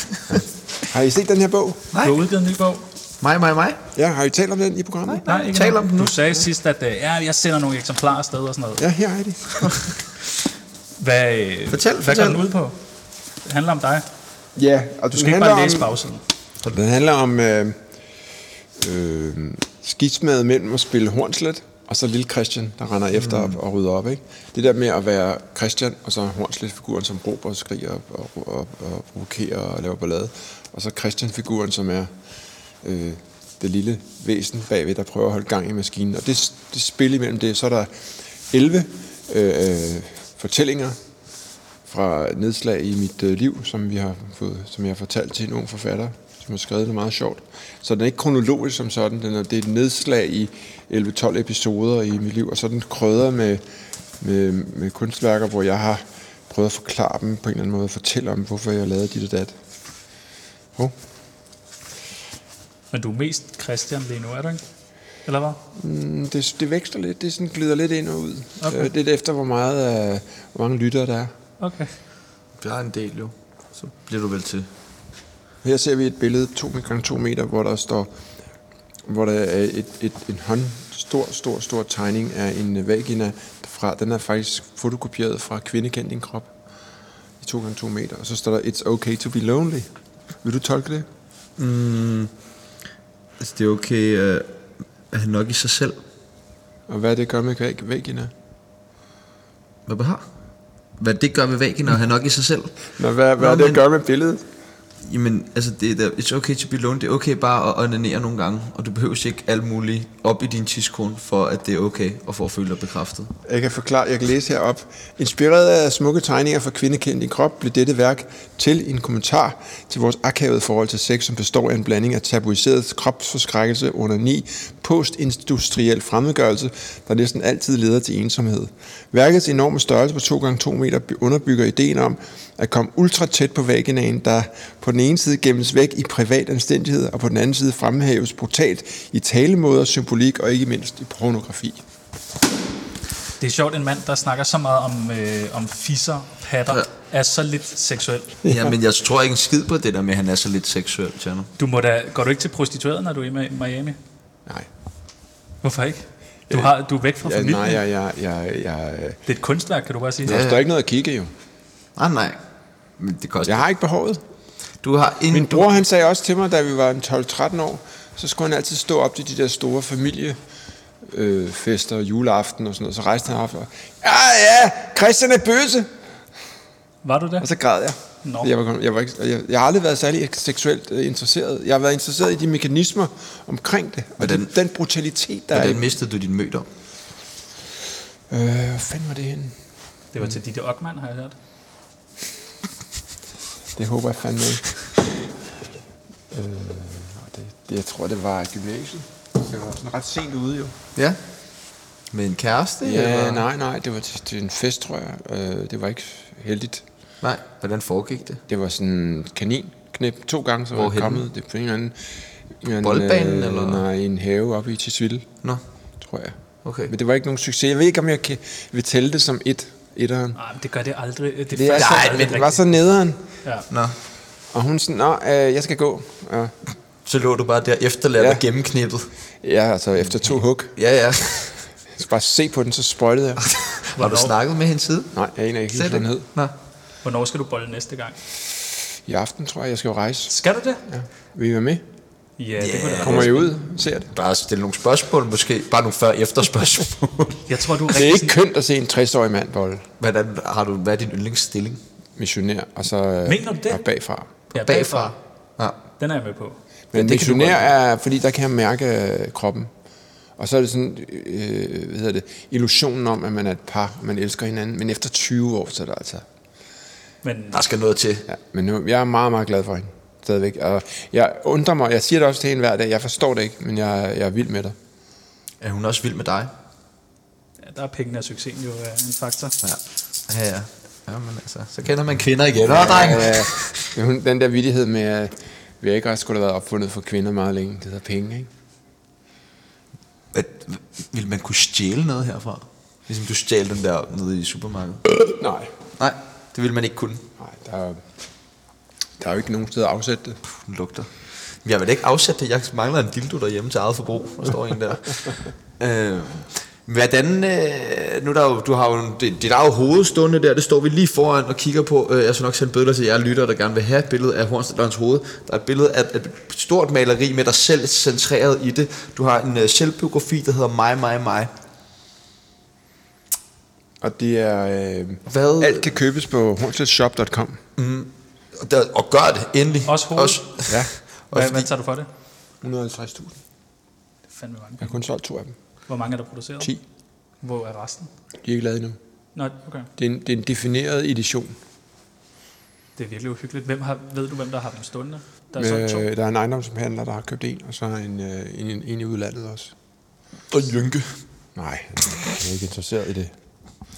Speaker 2: Har I set den her bog?
Speaker 5: Du har udgivet en ny bog.
Speaker 6: Mig, mig, mig.
Speaker 2: Ja, har I talt om den i programmet?
Speaker 5: Nej, ikke
Speaker 6: Tal
Speaker 5: noget.
Speaker 6: om den nu.
Speaker 5: Du sagde sidst, at øh, ja, jeg sender nogle eksemplarer afsted og sådan noget.
Speaker 2: Ja, her er de.
Speaker 5: Hvad, øh,
Speaker 6: Fortæl,
Speaker 5: hvad
Speaker 6: fortæl.
Speaker 5: går den ud på? Det handler om dig.
Speaker 2: Ja, og
Speaker 5: Du skal ikke bare læse bagsiden.
Speaker 2: Den handler om øh, øh, skismadet mellem at spille hornslet, og så lille Christian, der render efter op og rydder op. Ikke? Det der med at være Christian, og så hornslet-figuren, som råber og skriger og, og, og, og provokerer og laver ballade. Og så Christian-figuren, som er øh, det lille væsen bagved, der prøver at holde gang i maskinen. Og det, det spil imellem det, så er der 11 øh, øh, fortællinger fra nedslag i mit øh, liv, som, vi har fået, som jeg har fortalt til en ung forfatter, som har skrevet det meget sjovt. Så den er ikke kronologisk som sådan, den er, det er et nedslag i 11-12 episoder i mit liv, og så er den krydder med, med, med kunstværker, hvor jeg har prøvet at forklare dem på en eller anden måde, fortælle om, hvorfor jeg lavede dit og dat. Oh.
Speaker 5: Men du er mest Christian lige nu, er du ikke? Eller hvad?
Speaker 2: Mm, Det, det vækster lidt, det sådan glider lidt ind og ud.
Speaker 5: Okay.
Speaker 2: Okay. Øh, lidt efter, hvor, meget, øh, hvor mange lyttere der er.
Speaker 5: Okay.
Speaker 6: Der er en del jo. Så bliver du vel til.
Speaker 2: Her ser vi et billede 2 gange 2 meter, hvor der står, hvor der er et, et, en hånd, stor, stor, stor tegning af en øh, vagina. Fra, den er faktisk fotokopieret fra Kvindekend din krop i 2 gange 2 meter. Og så står der, it's okay to be lonely. Vil du tolke det?
Speaker 6: Altså, det er okay øh, at han nok i sig selv.
Speaker 2: Og hvad det gør med vag- vagina?
Speaker 6: Hvad behar? Hvad det gør ved væggen, og han nok i sig selv.
Speaker 2: Nå, hvad, hvad
Speaker 6: Nå,
Speaker 2: Nå, er det
Speaker 6: men-
Speaker 2: at gøre med billedet?
Speaker 6: Jamen, altså, det er da, it's okay to be alone. Det er okay bare at onanere nogle gange, og du behøver ikke alt muligt op i din tidskone, for at det er okay, og for at føle dig bekræftet.
Speaker 2: Jeg kan forklare, jeg kan læse herop. Inspireret af smukke tegninger fra kvindekendt i krop, blev dette værk til en kommentar til vores akavede forhold til sex, som består af en blanding af tabuiseret kropsforskrækkelse under ni, postindustriel fremmedgørelse, der næsten altid leder til ensomhed. Værkets enorme størrelse på 2 x 2 meter underbygger ideen om at komme ultra tæt på vaginaen, der på den ene side gemmes væk i privat anstændighed, og på den anden side fremhæves brutalt i talemåder, symbolik og ikke mindst i pornografi.
Speaker 5: Det er sjovt, en mand, der snakker så meget om, øh, om fisser, patter, ja. er så lidt seksuel.
Speaker 6: *laughs* Ja, men jeg tror ikke en skid på det der med, at han er så lidt seksuel, Tjerno.
Speaker 5: Du må da, går du ikke til prostitueret, når du er i Miami?
Speaker 2: Nej.
Speaker 5: Hvorfor ikke? Du, har, du er væk fra
Speaker 2: Ja,
Speaker 5: familien.
Speaker 2: nej, jeg, jeg, jeg, jeg,
Speaker 5: Det er et kunstværk, kan du bare sige.
Speaker 2: der står ikke noget at kigge jo.
Speaker 6: Ah, Nej, nej. Men det koster.
Speaker 2: Jeg har ikke behovet.
Speaker 6: Du har en...
Speaker 2: Min bror han sagde også til mig, da vi var en 12-13 år, så skulle han altid stå op til de der store familie øh, fester, juleaften og sådan noget. Så rejste han op og, ja, ja, Christian er bøse.
Speaker 5: Var du der?
Speaker 2: Og så græd jeg.
Speaker 5: Nå.
Speaker 2: Jeg, var, jeg, var ikke, jeg, jeg har aldrig været særlig seksuelt øh, interesseret. Jeg har været interesseret i de mekanismer omkring det. Og
Speaker 6: Hvordan-
Speaker 2: den, den brutalitet, der er. i
Speaker 6: Hvordan
Speaker 2: det.
Speaker 6: mistede du din mødom?
Speaker 2: Øh, hvor fanden var det henne?
Speaker 5: Det var til Ditte Ockmann, har jeg hørt.
Speaker 2: Det håber jeg fandme ikke. øh, det, det, jeg tror, det var gymnasiet. Det var sådan ret sent ude, jo.
Speaker 6: Ja. Med en kæreste?
Speaker 2: Ja,
Speaker 6: eller?
Speaker 2: nej, nej, det var til, til en fest, tror jeg. Øh, det var ikke heldigt.
Speaker 6: Nej, hvordan foregik det?
Speaker 2: Det var sådan en kaninknæp to gange, så var jeg
Speaker 6: Hvorhenne?
Speaker 2: kommet. Det er på en eller anden... en eller anden, øh,
Speaker 6: Boldbanen, eller?
Speaker 2: Nej, en have oppe i Tisvilde,
Speaker 6: Nå,
Speaker 2: tror jeg.
Speaker 6: okay.
Speaker 2: Men det var ikke nogen succes. Jeg ved ikke, om jeg kan, vil tælle det som et, etteren.
Speaker 5: Nej, men det gør det aldrig. Det,
Speaker 2: Det, er
Speaker 5: faktisk
Speaker 2: så,
Speaker 5: aldrig
Speaker 2: men det var
Speaker 5: rigtigt.
Speaker 2: så nederen.
Speaker 5: Ja.
Speaker 6: Nå.
Speaker 2: Og hun sådan, nå, øh, jeg skal gå. Og,
Speaker 6: Så lå du bare der efterladt
Speaker 2: Ja.
Speaker 6: og gennemknippet.
Speaker 2: ja, altså efter to hug.
Speaker 6: Ja, ja.
Speaker 2: Jeg skal bare se på den, så sprøjtede
Speaker 5: *laughs*
Speaker 2: jeg.
Speaker 6: *laughs* Har du
Speaker 5: Hvornår?
Speaker 6: snakket med hende siden?
Speaker 2: Nej, jeg aner ikke, helt, hvad den hed.
Speaker 6: Nå.
Speaker 5: Hvornår skal du bolle næste gang?
Speaker 2: I aften, tror jeg, jeg skal jo rejse.
Speaker 5: Skal du det?
Speaker 2: Ja. Vil I være med?
Speaker 5: Ja, yeah, det kunne det
Speaker 2: Kommer I ud og ser det?
Speaker 6: Bare stille nogle spørgsmål måske. Bare nogle før-efter *laughs* spørgsmål.
Speaker 5: Jeg tror, du er
Speaker 2: Det er
Speaker 5: rigtig
Speaker 2: ikke kønt at se en 60-årig mand bolle.
Speaker 6: hvordan har du, hvad er din yndlingsstilling?
Speaker 2: missionær, og så øh,
Speaker 5: Mener du det?
Speaker 2: og bagfra.
Speaker 5: sådan- ja,
Speaker 6: Bagfra? Ja.
Speaker 5: Den er jeg med på.
Speaker 2: Men
Speaker 6: det kan du
Speaker 2: missionær
Speaker 6: godt
Speaker 2: er, fordi der kan jeg mærke øh, kroppen. Og så er det sådan, øh, hvad hedder det, illusionen om, at man er et par, og man elsker hinanden. Men efter 20 år, så er det altså...
Speaker 5: Men
Speaker 6: Der skal noget til.
Speaker 2: Ja, men nu, jeg er meget, meget glad for hende. Stadigvæk. Og jeg undrer mig, jeg siger det også til hende hver dag, jeg forstår det ikke, men jeg, jeg er vild med dig.
Speaker 6: Er hun også vild med dig?
Speaker 5: ja, der er pengene og succesen jo øh, en faktor.
Speaker 6: Ja. Ja, ja. Ja, men altså, så kender man kvinder igen. Nå, dreng.
Speaker 2: Øh, men hun- den der vittighed med, øh, vi ikke også skulle have været opfundet for kvinder meget længe. Det hedder penge, ikke?
Speaker 6: At, vil man kunne stjæle noget herfra? Ligesom du stjal den der nede i supermarkedet.
Speaker 2: Nej.
Speaker 6: Nej, det vil man ikke kunne.
Speaker 2: Nej, der er, der er jo ikke nogen sted at afsætte det.
Speaker 6: Puh, den lugter. Men Jeg vil da ikke afsætte det. Jeg mangler en dildo derhjemme til eget forbrug. Der står en der. øh, hvordan, øh, nu er der jo, du har jo, en- det, det der er jo hovedstående der, det står vi lige foran og kigger på. Øh, jeg skal nok sende billeder til jer lyttere, der gerne vil have et billede af Hornstedlørens hoved. Der er et billede af, af et stort maleri med dig selv centreret i det. Du har en øh, selvbiografi, der hedder Mig, mig, mig.
Speaker 2: Og det er... Øh,
Speaker 6: Hvad?
Speaker 2: Alt kan købes på hornsletshop.com.
Speaker 6: Og der, og gør det, endelig.
Speaker 5: Også hovedet?
Speaker 2: Ja.
Speaker 6: Og
Speaker 5: Hvad,
Speaker 6: fordi-
Speaker 5: hvad tager du for det?
Speaker 2: 150.000.
Speaker 5: Det er fandme mange.
Speaker 2: Jeg har kun solgt to af dem.
Speaker 5: Hvor mange er der produceret?
Speaker 2: 10.
Speaker 5: Hvor er resten?
Speaker 2: De er ikke lavet endnu.
Speaker 5: Nå, okay.
Speaker 2: Det er en, det er en defineret edition.
Speaker 5: Det er virkelig uhyggeligt. Hvem har, ved du, hvem der har dem stående? Der er sådan to.
Speaker 2: Øh, der er en ejendomshandler, der har købt en, og så er en, øh, en, en, en i udlandet også.
Speaker 6: og Jynke.
Speaker 2: Nej, jeg er ikke interesseret i det.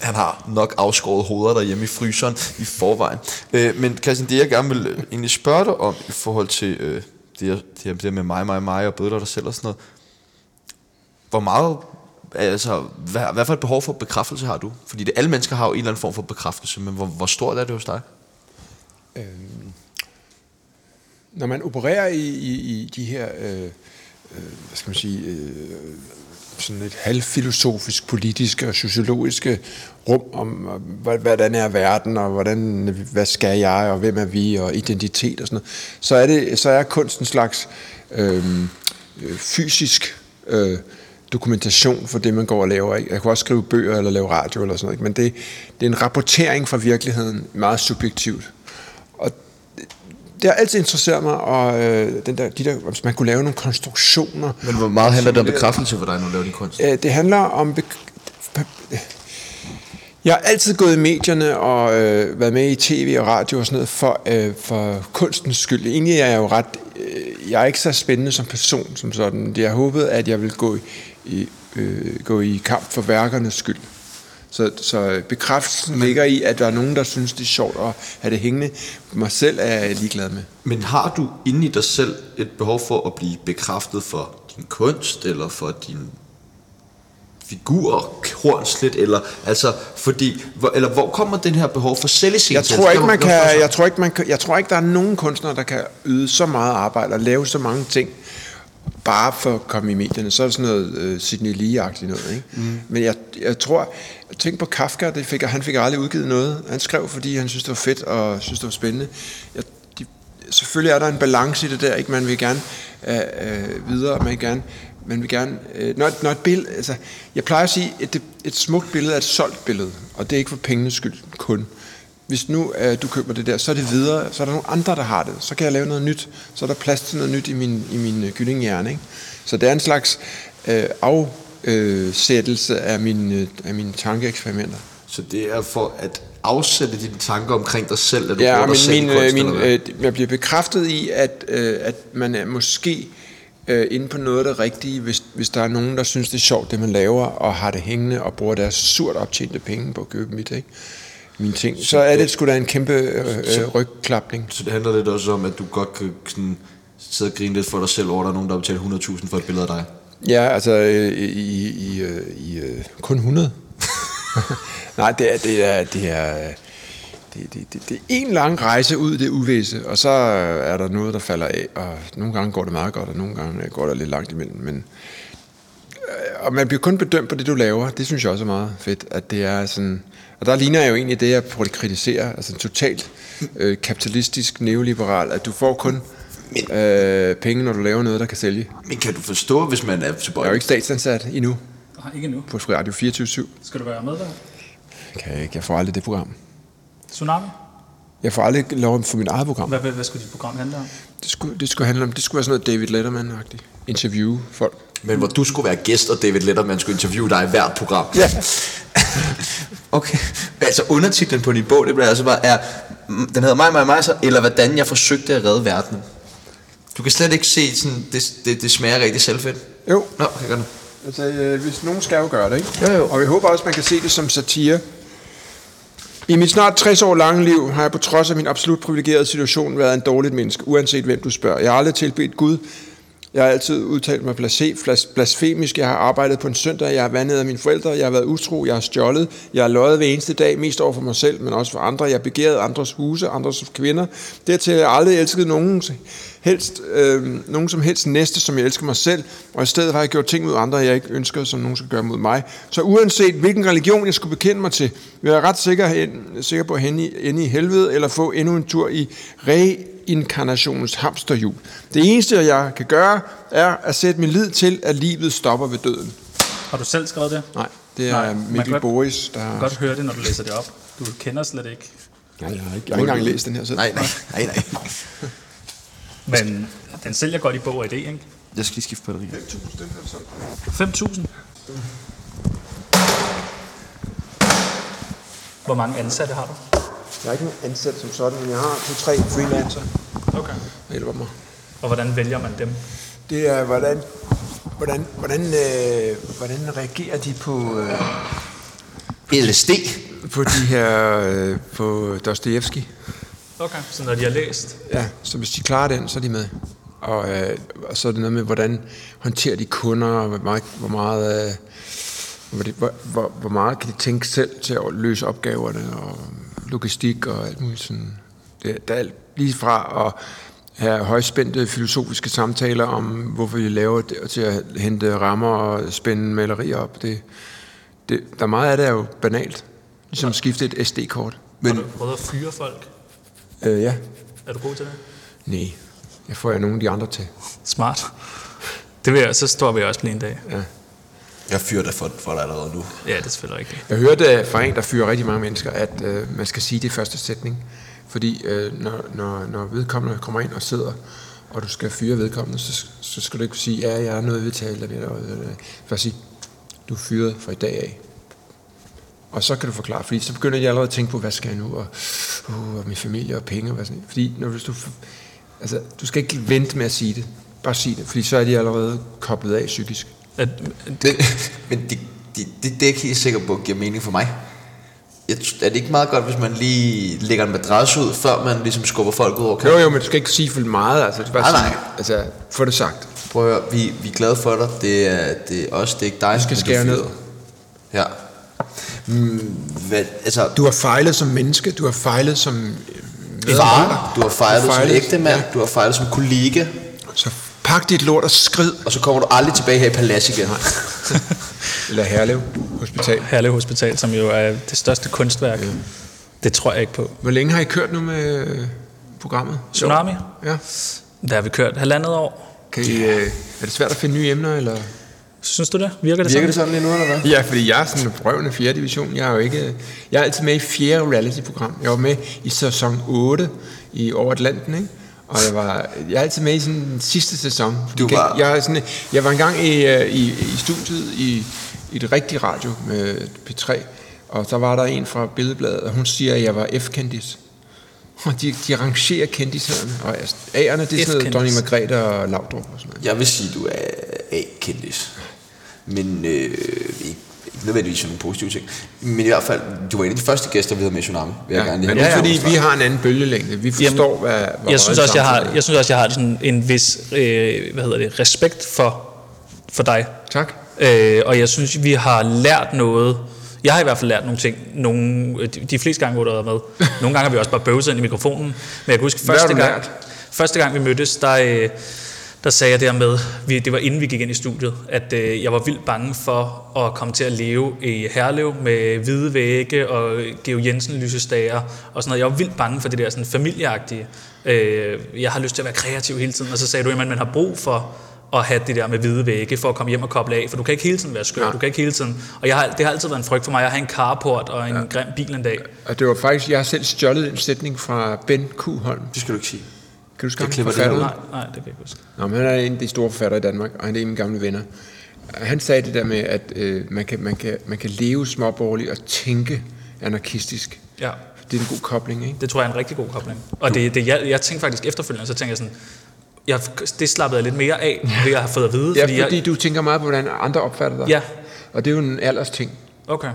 Speaker 6: Han har nok afskåret hoveder derhjemme i fryseren i forvejen. Øh, men Christian, det jeg gerne vil øh, egentlig spørge dig om i forhold til øh, det, her- det, her- det her med mig, mig, mig og bødler dig selv og sådan noget. Hvor meget, altså, hvad, hvad for et behov for bekræftelse har du? Fordi det, alle mennesker har jo en eller anden form for bekræftelse, men hvor, hvor stort er det hos dig?
Speaker 2: Øhm, når man opererer i, i, i de her, øh, øh, hvad skal man sige, øh, sådan et halvfilosofisk, politiske og sociologiske rum om, øh, hva- hvordan er verden, og hvordan, hvad skal jeg, og hvem er vi, og identitet og sådan noget, så er, det, så er kunst en slags øh, øh, fysisk øh, dokumentation for det, man går og laver. Ikke? Jeg kunne også skrive bøger eller lave radio eller sådan noget, ikke? men det, det er en rapportering fra virkeligheden, meget subjektivt. Og det har altid interesseret mig, og øh, den der, de der, om man kunne lave nogle konstruktioner.
Speaker 6: Men hvor meget handler det om bekræftelse for dig, når du laver din kunst?
Speaker 2: Øh, det handler om... Bek- jeg har altid gået i medierne og øh, været med i tv og radio og sådan noget for, øh, for kunstens skyld. Egentlig er jeg jo ret... Øh, jeg er ikke så spændende som person som sådan. Jeg håbede, at jeg ville gå i, i, øh, gå i kamp for værkernes skyld. Så, så bekræftelsen ligger i, at der er nogen, der synes, det er sjovt at have det hængende. Mig selv er jeg ligeglad med.
Speaker 6: Men har du inde i dig selv et behov for at blive bekræftet for din kunst, eller for din figur, hornslet, eller altså, fordi, hvor, eller hvor kommer den her behov for selvisigt?
Speaker 2: Jeg tror ikke, man kan, jeg tror ikke, man kan, jeg tror ikke, der er nogen kunstnere, der kan yde så meget arbejde og lave så mange ting, bare for at komme i medierne. Så er det sådan noget øh, Sidney Lee-agtigt noget, ikke? Mm. Men jeg, jeg tror, tænk på Kafka, det fik, han fik aldrig udgivet noget. Han skrev, fordi han synes, det var fedt og synes, det var spændende. Jeg, de, selvfølgelig er der en balance i det der, ikke? Man vil gerne øh, øh, videre, man vil gerne man vil gerne... Øh, når, et- når et billede... Altså, jeg plejer at sige, at et, et smukt billede er et solgt billede, og det er ikke for pengenes skyld kun. Hvis nu øh, du køber det der, så er det videre, så er der nogle andre, der har det. Så kan jeg lave noget nyt, så er der plads til noget nyt i min, i min øh, kyllinghjerne. Ikke? Så det er en slags øh, afsættelse af mine, øh, af mine tankeeksperimenter.
Speaker 6: Så det er for at afsætte dine tanker omkring dig selv, at du bruger
Speaker 2: Ja,
Speaker 6: dig
Speaker 2: men
Speaker 6: selv
Speaker 2: min,
Speaker 6: i kunst,
Speaker 2: øh, min,
Speaker 6: eller hvad?
Speaker 2: øh, jeg bliver bekræftet i, at, øh, at man er måske øh, inde på noget af det rigtige, hvis, hvis der er nogen, der synes, det er sjovt, det man laver, og har det hængende, og bruger deres surt optjente penge på at købe mit, ikke? mine ting. Så er det sgu da en kæmpe øh, øh, rygklapning.
Speaker 6: Så det handler lidt også om, at du godt kan sådan, sidde og grine lidt for dig selv over, at der er nogen, der har betalt 100.000 for et billede af dig.
Speaker 2: Ja, altså øh, i, i, øh, i øh, kun 100. *laughs* Nej, det er, det er, det er, øh, det, det, det, det er en lang rejse ud i det uvisse, og så er der noget, der falder af, og nogle gange går det meget godt, og nogle gange øh, går det lidt langt imellem, men øh, og man bliver kun bedømt på det, du laver. Det synes jeg også er meget fedt, at det er sådan... Og der ligner jeg jo egentlig det, jeg prøver at kritisere, altså en totalt øh, kapitalistisk neoliberal, at du får kun øh, penge, når du laver noget, der kan sælge.
Speaker 6: Men kan du forstå, hvis man er
Speaker 2: Jeg
Speaker 6: tilbøjelig?
Speaker 2: er jo ikke statsansat endnu
Speaker 5: Nej, ikke nu.
Speaker 2: på Radio 24
Speaker 5: Skal du være med der?
Speaker 2: Kan jeg ikke. Jeg får aldrig det program.
Speaker 5: Tsunami?
Speaker 2: Jeg får aldrig lov for mit eget program.
Speaker 5: Hvad, hvad, hvad skulle dit program handle om?
Speaker 2: Det skulle, det skulle handle om, det skulle være sådan noget David Letterman-agtigt. Interview folk.
Speaker 6: Men hvor du skulle være gæst, og David Letterman skulle interviewe dig i hvert program. *laughs*
Speaker 2: Ja.
Speaker 6: okay. Altså undertitlen på din bog, det bliver altså bare, er, mm, den hedder mig, mig, mig, så, eller hvordan jeg forsøgte at redde verden. Du kan slet ikke se, sådan, det, det, det smager rigtig selvfedt.
Speaker 2: Jo,
Speaker 6: Nå, jeg gør det.
Speaker 2: altså, øh, hvis nogen skal jo gøre det, ikke? Jo, jo. Og jeg håber også, man kan se det som satire. I mit snart 60 år lange liv har jeg på trods af min absolut privilegerede situation været en dårligt menneske, uanset hvem du spørger. Jeg har aldrig tilbedt Gud. Jeg har altid udtalt mig blasé, flas- blasfemisk. Jeg har arbejdet på en søndag. Jeg har vandet af mine forældre. Jeg har været utro. Jeg har stjålet. Jeg har løjet hver eneste dag, mest over for mig selv, men også for andre. Jeg har begæret andres huse, andres kvinder. Dertil har jeg aldrig elsket nogen, helst, øh, nogen som helst næste, som jeg elsker mig selv. Og i stedet har jeg gjort ting mod andre, jeg ikke ønskede, som nogen skal gøre mod mig. Så uanset hvilken religion, jeg skulle bekende mig til, vil jeg ret sikker, hen, sikker på at hende i- ende i helvede, eller få endnu en tur i reinkarnationens hamsterhjul. Det eneste, jeg kan gøre, er at sætte min lid til, at livet stopper ved døden.
Speaker 5: Har du selv skrevet det?
Speaker 2: Nej, det er
Speaker 5: Nej,
Speaker 2: Nej,
Speaker 5: man
Speaker 2: Mikkel
Speaker 5: kan godt-
Speaker 2: Boris, der har...
Speaker 5: kan godt høre det, når du læser det op. Du kender slet ikke.
Speaker 2: Nej, jeg har ikke, jeg har ikke engang læst den her selv.
Speaker 6: Nej, nej, nej, nej.
Speaker 5: Men den sælger godt i bog og idé, ikke?
Speaker 6: Jeg skal lige skifte batterier.
Speaker 5: 5.000? Hvor mange ansatte har du?
Speaker 2: Jeg er ikke nogen ansat som sådan, men jeg har to-tre freelancer,
Speaker 5: Okay.
Speaker 2: der hjælper mig.
Speaker 5: Og hvordan vælger man dem?
Speaker 2: Det er, hvordan, hvordan, hvordan, øh, hvordan reagerer de på, øh,
Speaker 6: LSD.
Speaker 2: på de her, øh, på Dostoyevsky?
Speaker 5: Okay. Så når de har læst,
Speaker 2: Ja, så hvis de klarer den, så er de med. Og, øh, og så er det noget med, hvordan håndterer de kunder, og hvor meget, hvor meget, øh, hvor, de, hvor, hvor, hvor meget kan de tænke selv til at løse opgaverne, og logistik og alt muligt sådan. Det, der er alt lige fra at have højspændte filosofiske samtaler om, hvorfor de laver det, og til at hente rammer og spænde malerier op. Det, det, der er meget af det er jo banalt. Ligesom at skifte et SD-kort.
Speaker 5: Men... har du prøvet at fyre folk?
Speaker 2: Øh, ja.
Speaker 5: Er du god til det?
Speaker 2: Nej. Jeg får jeg nogen af de andre til.
Speaker 5: Smart. Det vil jeg, så står vi også med en dag.
Speaker 6: Jeg fyrer dig for, for dig allerede nu.
Speaker 5: Ja, det er selvfølgelig rigtigt.
Speaker 2: Jeg hørte øh, fra en, der fyrer rigtig mange mennesker, at øh, man skal sige det i første sætning. Fordi øh, når, når, når vedkommende kommer ind og sidder, og du skal fyre vedkommende, så, så skal du ikke sige, ja, jeg har noget vedtale, eller noget. øh." Bare sige, du er fyret fra i dag af. Og så kan du forklare, fordi så begynder jeg allerede at tænke på, hvad skal jeg nu, og, uh, og min familie og penge og hvad sådan Fordi når, hvis du, altså, du skal ikke vente med at sige det. Bare sig det, fordi så er de allerede koblet af psykisk.
Speaker 5: At,
Speaker 6: Men, men det, det, det, det er jeg ikke helt sikker på, giver mening for mig. Jeg, tr- er det ikke meget godt, hvis man lige lægger en madras ud, før man ligesom skubber folk ud over kanten?
Speaker 2: Jo, jo, men du skal ikke sige for meget, altså. Du skal bare
Speaker 6: Nej,
Speaker 2: sige,
Speaker 6: nej.
Speaker 2: altså, få det sagt.
Speaker 6: Prøv at høre, vi, vi er glade for dig. Det er, det er os, det er ikke dig. Du
Speaker 2: skal skære ned.
Speaker 6: Ja. Mm, hvad, altså,
Speaker 2: Du har fejlet som menneske, du har fejlet som øh, medarbejder.
Speaker 6: far, du har fejlet som ægte mand,
Speaker 2: ja.
Speaker 6: du har fejlet som kollega,
Speaker 2: Så pak dit lort og skrid.
Speaker 6: og så kommer du aldrig tilbage her i palads igen.
Speaker 2: Eller Herlev Hospital.
Speaker 5: Herlev Hospital, som jo er det største kunstværk. Det tror jeg ikke på.
Speaker 2: Hvor længe har I kørt nu med øh, programmet?
Speaker 5: Tsunami?
Speaker 2: Ja.
Speaker 5: Der har vi kørt halvandet år.
Speaker 2: Kan I, øh, er det svært at finde nye emner, eller?
Speaker 5: Synes du det? Virker det
Speaker 6: Virker
Speaker 5: sådan?
Speaker 6: det sådan lige nu, eller hvad?
Speaker 2: Ja, fordi jeg er sådan en røvende fjerde division. Jeg er jo ikke... Jeg er altid med i fjerde reality-program. Jeg var med i sæson 8 i Over Atlanten, ikke? Og jeg var, jeg er altid med i sådan den sidste sæson.
Speaker 6: Du
Speaker 2: jeg,
Speaker 6: var-
Speaker 2: jeg, er sådan, jeg var engang i, øh, i, i studiet i, i et rigtigt radio med P3, og der var der en fra Billedbladet, og hun siger, at jeg var F-kendis. Og de, de rangerer kendiserne, og altså, A'erne, det er sådan noget
Speaker 5: F-kendis.
Speaker 2: Dronning Margrethe og Laudrup og sådan noget.
Speaker 6: Jeg vil sige, du er A-kendis. Men øh, ikke, ikke nødvendigvis sådan nogle positive ting. Men i hvert fald, du var en af de første gæster, vi havde med i Tsunami. Vil jeg
Speaker 2: Ja,
Speaker 6: gerne
Speaker 2: men
Speaker 6: lige
Speaker 2: det er
Speaker 6: have
Speaker 2: fordi,
Speaker 6: understreget.
Speaker 2: vi har en anden bølgelængde. Vi forstår, Jamen, hvad, hvor
Speaker 5: jeg synes
Speaker 2: meget
Speaker 5: også, jeg har,
Speaker 2: samfundet er.
Speaker 5: jeg synes også, jeg har sådan en vis, øh, hvad hedder det, respekt for, for dig.
Speaker 2: Tak.
Speaker 5: Øh, og jeg synes, vi har lært noget. Jeg har i hvert fald lært nogle ting. Nogle, øh, de, de fleste gange, hvor du har været
Speaker 2: *laughs*
Speaker 5: med. Nogle gange har vi også bare bøvset ind i mikrofonen. Men jeg kan huske,
Speaker 2: Hvad har
Speaker 5: første
Speaker 2: du
Speaker 5: gang,
Speaker 2: lært?
Speaker 5: første gang vi mødtes, der, øh, der sagde jeg det her med, vi, det var inden vi gik ind i studiet, at øh, jeg var vildt bange for at komme til at leve i Herlev med hvide vægge og Geo Jensen lysestager og sådan noget. Jeg var vildt bange for det der sådan familieagtige. Øh, jeg har lyst til at være kreativ hele tiden. Og så sagde du, at man har brug for at have det der med hvide vægge for at komme hjem og koble af, for du kan ikke hele tiden være skør, ja. du kan ikke hele tiden. Og jeg har, det har altid været en frygt for mig, at have en carport og en ja. grim bil en dag.
Speaker 2: Og det var faktisk, jeg har selv stjålet en sætning fra Ben Q. Holm.
Speaker 6: Det skal du ikke sige.
Speaker 2: Kan du skamme
Speaker 6: klipper det
Speaker 2: forfatteren?
Speaker 5: Nej, nej, det kan jeg ikke huske.
Speaker 2: Nå, men han er en af de store forfattere i Danmark, og han er en af mine gamle venner. Han sagde det der med, at øh, man, kan, man, kan, man kan leve småborgerligt og tænke anarkistisk.
Speaker 5: Ja.
Speaker 2: Det er en god kobling, ikke?
Speaker 5: Det tror jeg er en rigtig god kobling. Og det, det, jeg, jeg tænkte faktisk efterfølgende, så tænkte jeg sådan, jeg, det slappede jeg lidt mere af, ved at have fået at vide.
Speaker 2: Ja, fordi, fordi
Speaker 5: jeg,
Speaker 2: du tænker meget på, hvordan andre opfatter dig.
Speaker 5: Ja.
Speaker 2: Og det er jo en alders ting.
Speaker 5: okay.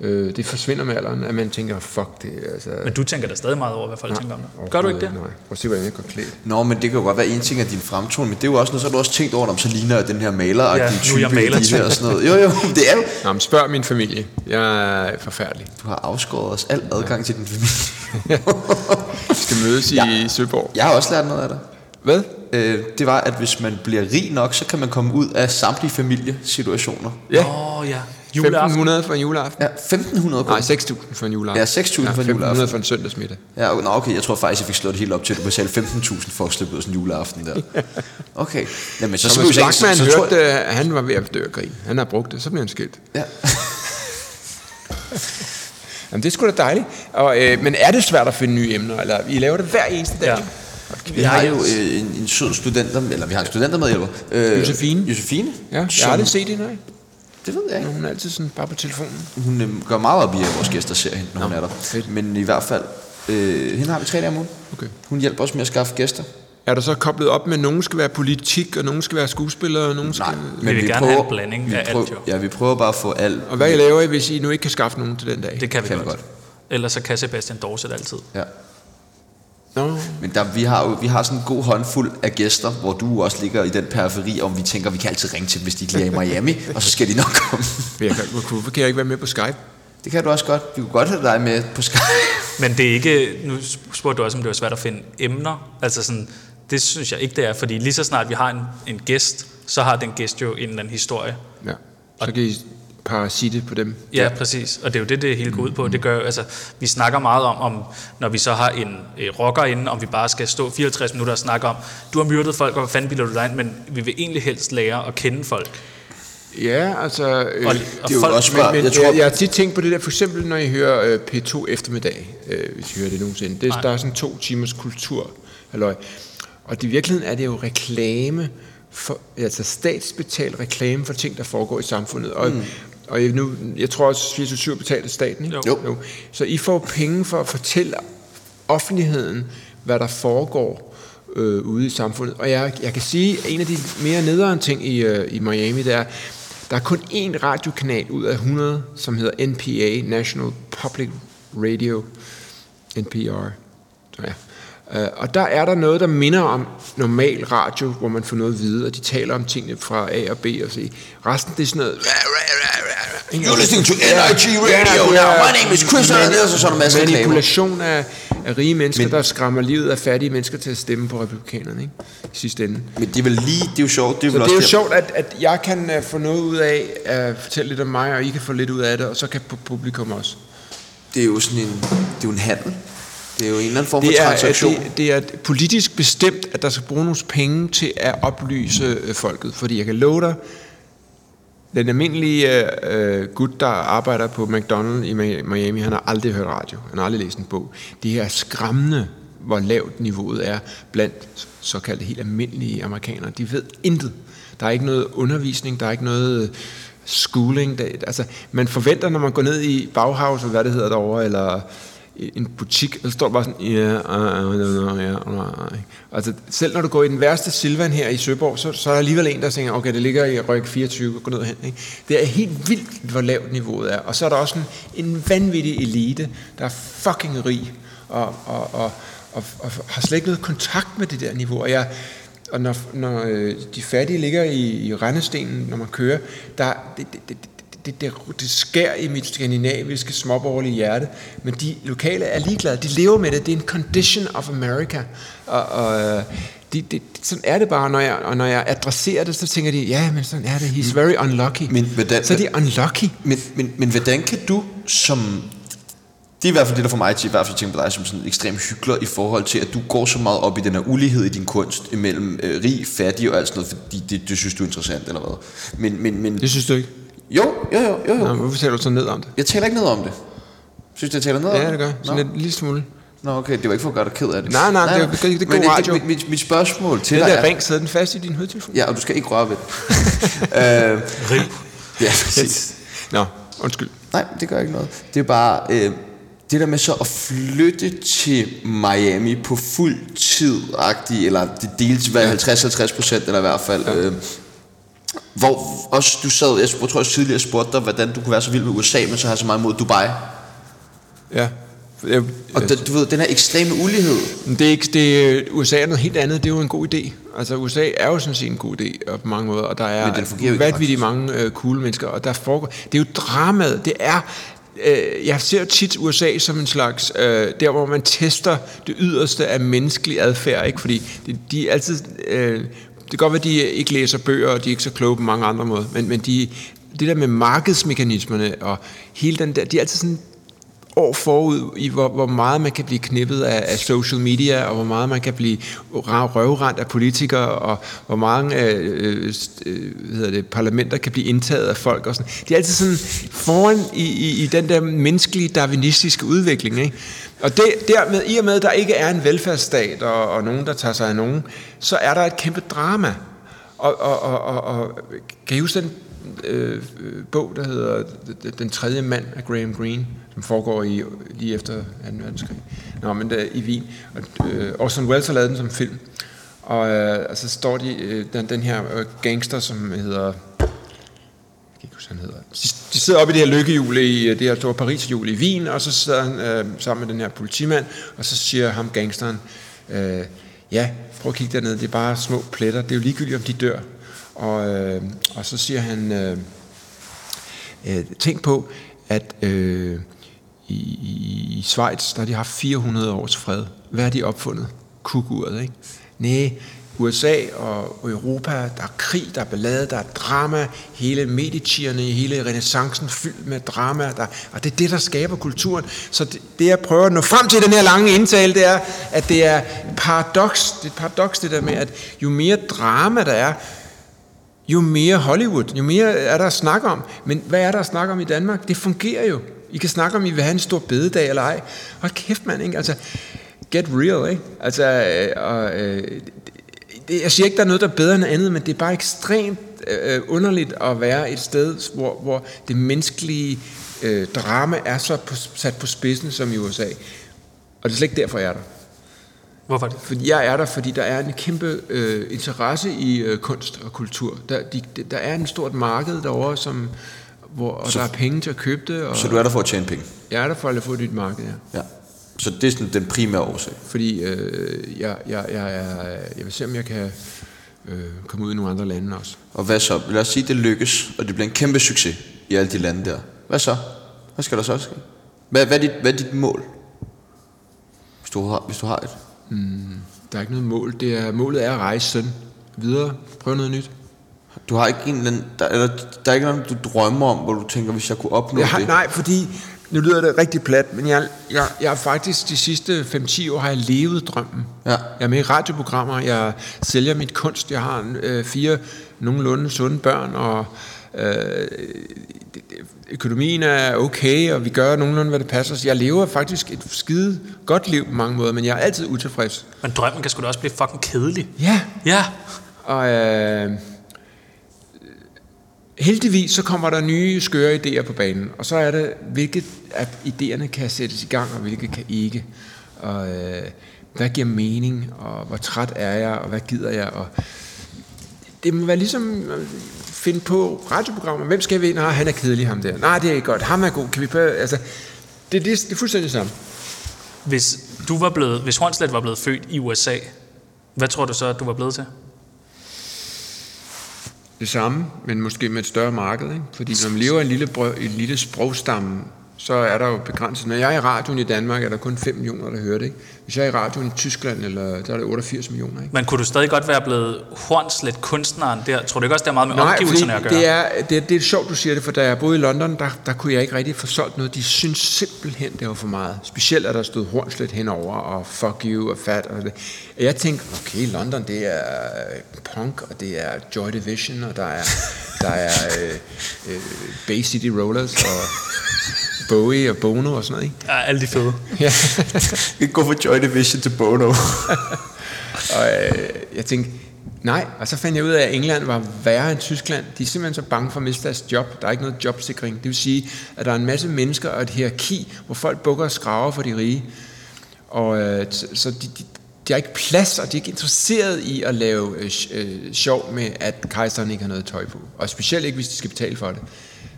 Speaker 2: Øh, det forsvinder med alderen, at man tænker, fuck det, altså...
Speaker 5: Men du tænker da stadig meget over, hvad folk nej, tænker om dig. Gør du ikke det?
Speaker 2: Nej, prøv at se, hvordan jeg går klædt.
Speaker 6: Nå, men det kan jo godt være en ting af din fremtoning, men det er jo også noget, så har du også tænkt over, om så ligner jeg den her maler og
Speaker 5: Ja, nu
Speaker 6: din
Speaker 5: er
Speaker 6: type
Speaker 5: jeg maler.
Speaker 6: i det her og sådan noget. Jo, jo, det er jo.
Speaker 2: Nå, men spørg min familie. Jeg er forfærdelig.
Speaker 6: Du har afskåret os al adgang til din familie.
Speaker 2: Vi skal mødes i ja. Søborg.
Speaker 6: Jeg har også lært noget af dig.
Speaker 2: Hvad?
Speaker 6: Øh, det var, at hvis man bliver rig nok, så kan man komme ud af samtlige familiesituationer.
Speaker 2: Ja.
Speaker 5: Åh oh, ja, juleaften.
Speaker 2: 1500 for en juleaften?
Speaker 6: Ja, 1.500
Speaker 2: Nej,
Speaker 6: kroner.
Speaker 2: 6.000 for en juleaften.
Speaker 6: Ja, 6.000 for en juleaften.
Speaker 2: 1.500 for en søndagsmiddag.
Speaker 6: Ja, okay, nå, okay, jeg tror faktisk, jeg fik slået det helt op til, at du betalte 15.000 for at slippe ud af sådan en juleaften der. Okay, jamen så
Speaker 2: Thomas
Speaker 6: vi jo ikke-
Speaker 2: Blackman
Speaker 6: så- så tror
Speaker 2: hørte,
Speaker 6: jeg-
Speaker 2: at han var ved at dø af grin. Han har brugt det, så blev han skilt.
Speaker 6: Ja.
Speaker 2: Jamen, det er sgu da dejligt. Og, øh, men er det svært at finde nye emner? Eller, I laver det hver eneste dag?
Speaker 5: Ja.
Speaker 6: Vi har jo øh, en, en sød studenter, eller vi har en studentermedhjælper. Øh,
Speaker 2: Josefine.
Speaker 6: Josefine.
Speaker 2: ja. Jeg har aldrig set hende, nej.
Speaker 6: Det ved jeg ikke.
Speaker 2: Hun er altid sådan bare på telefonen.
Speaker 6: Hun øh, gør meget op i, at vores gæster ser hende, når hun er der. Men i hvert fald, øh, hende har vi tre dage om ugen.
Speaker 2: Okay.
Speaker 6: Hun hjælper os med at skaffe gæster.
Speaker 2: Er der så koblet op med, at nogen skal være politik, og nogen skal være skuespillere, og nogen skal...
Speaker 6: Nej, Øh, men
Speaker 5: vil gerne have en blanding
Speaker 6: vi
Speaker 5: af alt,
Speaker 6: prøver,
Speaker 5: jo.
Speaker 6: Ja, vi prøver bare at få alt.
Speaker 2: Og hvad I laver I, hvis I nu ikke kan skaffe nogen til den dag?
Speaker 5: Det kan vi
Speaker 6: Kan vi
Speaker 5: godt. godt. Ellers så kan Sebastian Dorset altid.
Speaker 6: Ja.
Speaker 2: Nå,
Speaker 6: Men der, vi, har jo, vi har sådan en god håndfuld af gæster, hvor du også ligger i den periferi, om vi tænker, vi kan altid ringe til dem, hvis de ikke lige er i Miami, og så skal de nok komme.
Speaker 2: men jeg kan, hvorfor kan jeg ikke være med på Skype?
Speaker 6: Det kan du også godt. Vi kunne godt have dig med på Skype.
Speaker 5: Men det er ikke, nu spurgte du også, om det var svært at finde emner. Altså sådan, det synes jeg ikke, det er, fordi lige så snart vi har en, en gæst, så har den gæst jo en eller anden historie.
Speaker 2: Ja. Så kan I parasitte på dem.
Speaker 5: Ja, præcis. Og det er jo det, det hele går ud på. Det gør, jo- altså, vi snakker meget om, om, når vi så har en øh, rocker inde, om vi bare skal stå 54 minutter og snakke om, du har myrdet folk, og hvad fanden bilder du dig ind, men vi vil egentlig helst lære at kende folk.
Speaker 2: Ja, altså... Øh,
Speaker 5: Og- og
Speaker 6: jo
Speaker 5: folk-
Speaker 6: også
Speaker 2: men,
Speaker 6: bare-
Speaker 2: men,
Speaker 6: jeg
Speaker 2: jeg,
Speaker 6: tror-
Speaker 2: tror, jeg, jeg har tit tænkt på det der, for eksempel når I hører øh, P2 eftermiddag, øh, hvis I hører det nogensinde. Det, der er sådan to timers kultur, halløj. Og i virkeligheden er det jo reklame, for, altså statsbetalt reklame for ting, der foregår i samfundet. Og, mm. og jeg, nu, jeg tror også, 24 betaler staten, ikke?
Speaker 6: Jo.
Speaker 2: jo. Så I får penge for at fortælle offentligheden, hvad der foregår øh, ude i samfundet. Og jeg, jeg kan sige, at en af de mere nederen ting i, øh, i Miami, det er, der er kun én radiokanal ud af 100, som hedder NPA, National Public Radio, NPR. Så ja. Øh, Og der er der noget, der minder om normal radio, hvor man får noget at vide, og de taler om tingene fra A og B og C. Resten, det er sådan noget...
Speaker 6: You're listening to NRG Radio now. My name is Christian Anders, og så er der masser af reklamer.
Speaker 2: Manipulation af, af rige mennesker, Men, der skræmmer livet af fattige mennesker til at stemme på republikanerne, ikke? I sidste ende.
Speaker 6: Men det er vel lige, det er jo sjovt. Det er, vel
Speaker 2: Så det
Speaker 6: også
Speaker 2: er jo
Speaker 6: der-
Speaker 2: sjovt, at, at jeg kan uh, få noget ud af at uh, fortælle lidt om mig, og I kan få lidt ud af det, og så kan pu- publikum også.
Speaker 6: Det er jo sådan en, det er jo en handel. Det er jo en eller anden form for
Speaker 2: Det er, at
Speaker 6: transaktion.
Speaker 2: det, det er politisk bestemt, at der skal bruge nogle penge til at oplyse øh, folket, fordi jeg kan love dig, den almindelige øh, øh, gut, der arbejder på McDonald's i Mi- Miami, han har aldrig hørt radio, han har aldrig læst en bog. Det er skræmmende, hvor lavt niveauet er blandt såkaldte helt almindelige amerikanere. De ved intet. Der er ikke noget undervisning, der er ikke noget øh, schooling. Der, altså, man forventer, når man går ned i Bauhaus, eller hvad det hedder derovre, eller i en butik, og så står der bare sådan, ja, ja, ja, ja, ja. Altså, selv når du går i den værste Silvan her i Søborg, så, så er der alligevel en, der tænker, okay, det ligger i ryg 24, gå ned hen. Ikke? Det er helt vildt, hvor lavt niveauet er. Og så er der også en, en vanvittig elite, der er fucking rig, og, og, og, og, og har slet ikke noget kontakt med det der niveau. Og jeg, og når, når øh, de fattige ligger i, i rendestenen, når man kører, der, det, det, det, det, det, det skærer i mit skandinaviske småborgerlige hjerte, men de lokale er ligeglade. De lever med det. Det er en condition of America. Og, og øh, de, de, sådan er det bare, når jeg, og når jeg adresserer det, så tænker de, ja, men sådan er det. He's very unlucky.
Speaker 6: Men hvordan-
Speaker 2: så er de unlucky.
Speaker 6: Men, men, men hvordan kan du som... Det er i hvert fald det, der får mig til i hvert fald at tænke på dig som sådan en ekstrem hyggelig i forhold til, at du går så meget op i den her ulighed i din kunst imellem øh, rig, fattig og alt sådan noget, fordi det, det synes du er interessant eller hvad. Men, men, men
Speaker 2: Det synes du ikke?
Speaker 6: jo, jo, jo, jo,
Speaker 2: Nå,
Speaker 6: jo.
Speaker 2: men hvorfor taler du så ned om det?
Speaker 6: Jeg taler ikke noget om det. Synes du, jeg taler noget om
Speaker 2: Ja, det gør. Sådan
Speaker 6: Nå.
Speaker 2: lidt, en lille smule.
Speaker 6: Nå, okay, det var ikke for at gøre dig ked af det.
Speaker 2: Nej, nej, det er- det er- det er
Speaker 6: Men
Speaker 2: god radio.
Speaker 6: Mit, mit, mit spørgsmål til
Speaker 2: Det
Speaker 6: dig
Speaker 2: der
Speaker 6: er...
Speaker 2: ring sidder den fast i din hovedtelefon.
Speaker 6: Ja, og du skal ikke røre ved
Speaker 2: *laughs*
Speaker 6: det. øh,
Speaker 5: Rig.
Speaker 6: ja, præcis.
Speaker 2: Nå, undskyld.
Speaker 6: Nej, det gør ikke noget. Det er bare øh, det der med så at flytte til Miami på fuld tid eller det deles hver 50-50 procent, eller i hvert fald. Øh, hvor også du sad, jeg tror også tidligere spurgte dig, hvordan du kunne være så vild med USA, men så har så meget mod Dubai.
Speaker 2: Ja. Jeg,
Speaker 6: Og den, du ved, den her ekstreme ulighed.
Speaker 2: Men Det er ikke, det, USA er noget helt andet, det er jo en god idé. Altså USA er jo sådan set en god idé og på mange måder, og der
Speaker 6: Men
Speaker 2: er
Speaker 6: den fungerer jo ikke
Speaker 2: vanvittigt mange øh, cool mennesker, og der foregår, det er jo dramaet, det er, øh, jeg ser jo tit USA som en slags, øh, der hvor man tester det yderste af menneskelig adfærd, ikke? fordi de, de er altid, øh, det kan godt være, de ikke læser bøger, og de er ikke så kloge på mange andre måder, men, men de, det der med markedsmekanismerne og hele den der, de er altid sådan år forud i, hvor, hvor meget man kan blive knippet af, af social media, og hvor meget man kan blive ra- røvrendt af politikere, og hvor mange øh, øh, st- øh, hvad hedder det, parlamenter kan blive indtaget af folk. Og sådan. Det er altid sådan foran i, i, i den der menneskelige darwinistiske udvikling. Ikke? Og det, dermed, i og med, at der ikke er en velfærdsstat, og, og nogen, der tager sig af nogen, så er der et kæmpe drama. Og, og, og, og, og kan I huske den øh, øh, bog, der hedder Den- Den tredje mand af Graham Greene, som foregår i, lige efter 2. verdenskrig? Nå, men der, i Wien. Og, øh, Orson Welles har lavet den som film. Og, øh, og så står de, øh, den, den her øh, gangster, som hedder jeg kan ikke huske, hvad han hedder. De, de sidder oppe i det her lykkehjul i øh, det her store Paris-hjul i Wien, og så sidder han øh, sammen med den her politimand, og så siger ham gangsteren, øh, ja, prøv at kigge dernede, det er bare små pletter, det er jo ligegyldigt, om de dør. Og, øh, og så siger han, øh, øh, tænk på, at øh, i, i, i Schweiz, der har de haft 400 års fred. Hvad har de opfundet? Kukuret, ikke? Næh, USA og Europa, der er krig, der er ballade, der er drama, hele medicierne, hele renaissancen fyldt med drama, der, og det er det, der skaber kulturen. Så det, det, jeg prøver at nå frem til i den her lange indtale, det er, at det er paradoks, det er et paradoks det der med, at jo mere drama der er, jo mere Hollywood, jo mere er der at snakke om. Men hvad er der at snakke om i Danmark? Det fungerer jo. I kan snakke om, I vil have en stor bededag eller ej. Hold kæft, mand, ikke? Altså, get real, ikke? Altså, øh, og, øh, det, jeg siger ikke, der er noget, der er bedre end andet, men det er bare ekstremt øh, underligt at være et sted, hvor, hvor det menneskelige øh, drama er så på, sat på spidsen som i USA. Og det er slet ikke derfor, jeg er der.
Speaker 5: Hvorfor det?
Speaker 2: Fordi jeg er der, fordi der er en kæmpe øh, interesse i øh, kunst og kultur. Der, de, de- der er en stort marked derovre, som, hvor, og så, der er penge til at købe det, og
Speaker 6: Så du er der for at tjene penge?
Speaker 2: jeg er der for at få et nyt marked, ja.
Speaker 6: Ja. Så det er sådan den primære årsag.
Speaker 2: Fordi øh, jeg, jeg, jeg, er, jeg vil se, om jeg kan øh, komme ud i nogle andre lande også.
Speaker 6: Og hvad så? Lad os sige, det lykkes, og det bliver en kæmpe succes i alle de lande der. Hvad så? Hvad skal der så ske? Hvad, hvad, er, dit, hvad er dit mål? Hvis du har, hvis du har et.
Speaker 2: Der er ikke noget mål. Det er, målet er at rejse sådan videre. Prøve noget nyt.
Speaker 6: Du har ikke en eller anden, der, eller, der er ikke noget, du drømmer om, hvor du tænker, hvis jeg kunne opnå
Speaker 2: Jeg har,
Speaker 6: det.
Speaker 2: nej, fordi nu lyder det rigtig plat, men jeg, jeg, jeg har faktisk de sidste 5-10 år har jeg levet drømmen.
Speaker 6: Ja.
Speaker 2: Jeg er med i radioprogrammer, jeg sælger mit kunst, jeg har en, øh, fire nogenlunde sunde børn, og øh, det- det- økonomien er okay, og vi gør nogenlunde, hvad det passer. Så jeg lever faktisk et skide godt liv på mange måder, men jeg er altid utilfreds.
Speaker 5: Men drømmen kan sgu da også blive fucking kedelig.
Speaker 2: Ja,
Speaker 5: Ja.
Speaker 2: og øh, heldigvis så kommer der nye skøre idéer på banen, og så er det, hvilke af idéerne kan sættes i gang, og hvilke kan ikke. Og øh, hvad giver mening, og hvor træt er jeg, og hvad gider jeg, og det må være ligesom at finde på radioprogrammer. Hvem skal vi ind? Nej, han er kedelig, ham der. Nej, det er godt. Ham er god. Kan vi prøve? Altså, det, det, det er fuldstændig samme.
Speaker 5: Hvis, du var blevet, hvis Hornslet var blevet født i USA, hvad tror du så, at du var blevet til?
Speaker 2: det samme, men måske med et større marked. Ikke? Fordi når man lever i en lille, brø- i en lille sprogstamme, så er der jo begrænset. Når jeg er i radioen i Danmark, er der kun 5 millioner, der hører det. Ikke? Hvis jeg er i radioen i Tyskland, eller, der er det 88 millioner. Ikke?
Speaker 5: Men kunne du stadig godt være blevet Hornslet kunstneren der? Tror du ikke også, det har meget med
Speaker 2: Nej, fordi
Speaker 5: omgivelserne at gøre?
Speaker 2: det er, det, er- det er sjovt, du siger det, for da jeg boede i London, der, der kunne jeg ikke rigtig få solgt noget. De synes simpelthen, det var for meget. Specielt, at der stod hornslet henover, og fuck you, og fat, og det. Og Jeg tænkte, okay, London, det er øh, punk, og det er Joy Division, og der er, der er øh, øh, Bay City Rollers,
Speaker 5: *laughs*
Speaker 2: og Bowie og Bono og sådan noget, ikke?
Speaker 5: Ja, alle de fede.
Speaker 6: *laughs* Jeg kan gå fra Joy Division til Bono.
Speaker 2: *laughs* Og øh, jeg tænkte, nej. Og så fandt jeg ud af, at England var værre end Tyskland. De er simpelthen så bange for at miste deres job. Der er ikke noget jobsikring. Det vil sige, at der er en masse mennesker og et hierarki, hvor folk bukker og skraver for de rige. Og øh, t- så de, de, de har ikke plads, og de er ikke interesseret i at lave øh, sj- øh, sjov med, at kejseren ikke har noget tøj på. Og specielt ikke, hvis de skal betale for det.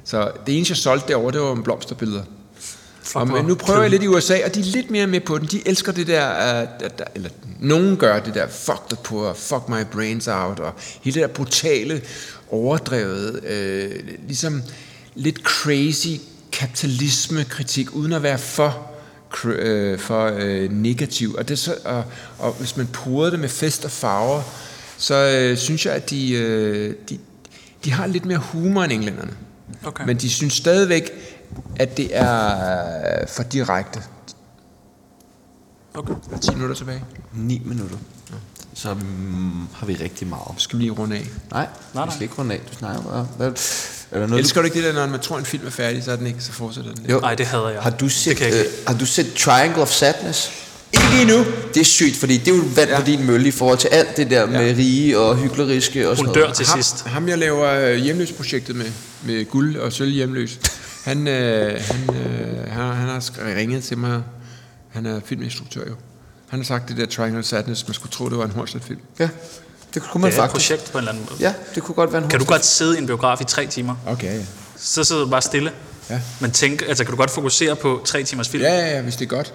Speaker 2: Så det eneste, jeg solgte derovre, det var en blomsterbilleder. Og, men nu prøver jeg lidt i USA, og de er lidt mere med på den. De elsker det der, uh, der, der eller nogen gør det der, fuck the poor, fuck my brains out, og hele det der brutale, overdrevet, øh, ligesom lidt crazy kapitalisme-kritik, uden at være for, cr- øh, for øh, negativ. Og, det er så, og, og hvis man purer det med fest og farver, så øh, synes jeg, at de, øh, de, de har lidt mere humor end englænderne.
Speaker 5: Okay.
Speaker 2: Men de synes stadigvæk, at det er øh, for direkte.
Speaker 5: okay.
Speaker 2: Der er 10 minutter tilbage.
Speaker 6: 9 minutter. Så mm, har vi rigtig meget.
Speaker 2: Skal vi lige runde af?
Speaker 6: Nej,
Speaker 5: Nej,
Speaker 6: vi
Speaker 5: nej.
Speaker 6: skal ikke runde af. Du snakker bare. Hvad, er der noget,
Speaker 2: Elsker du ikke det der, når man tror, en film er færdig, så er den ikke, så fortsætter den lidt?
Speaker 6: Jo.
Speaker 5: Nej, det hader jeg.
Speaker 6: Har du set,
Speaker 5: Det kan jeg ikke.
Speaker 6: øh, har du set Triangle of Sadness? Ikke endnu. Det er sygt, fordi det er jo vand ja. på din mølle i forhold til alt det der ja. med rige og hyggeleriske og sådan
Speaker 5: Hun dør
Speaker 6: noget.
Speaker 5: til
Speaker 2: ham,
Speaker 5: sidst.
Speaker 2: Ham, jeg laver øh, hjemløsprojektet med, med guld og sølv hjemløs, han, øh, han, øh, han, han har sk- ringet til mig. Han er filminstruktør jo. Han har sagt det der Triangle of Sadness, man skulle tro, det var en Horsleth film.
Speaker 6: Ja, det kunne man
Speaker 5: Det er et
Speaker 6: faktisk.
Speaker 5: projekt på en eller anden måde.
Speaker 6: Ja, det kunne godt være en
Speaker 5: Kan du
Speaker 6: horror-
Speaker 5: godt sidde i en biograf i tre timer?
Speaker 2: Okay, ja.
Speaker 5: Så sidder du bare stille.
Speaker 2: Ja.
Speaker 5: Men tænk, altså kan du godt fokusere på tre timers film?
Speaker 2: Ja, ja, ja, hvis det er godt.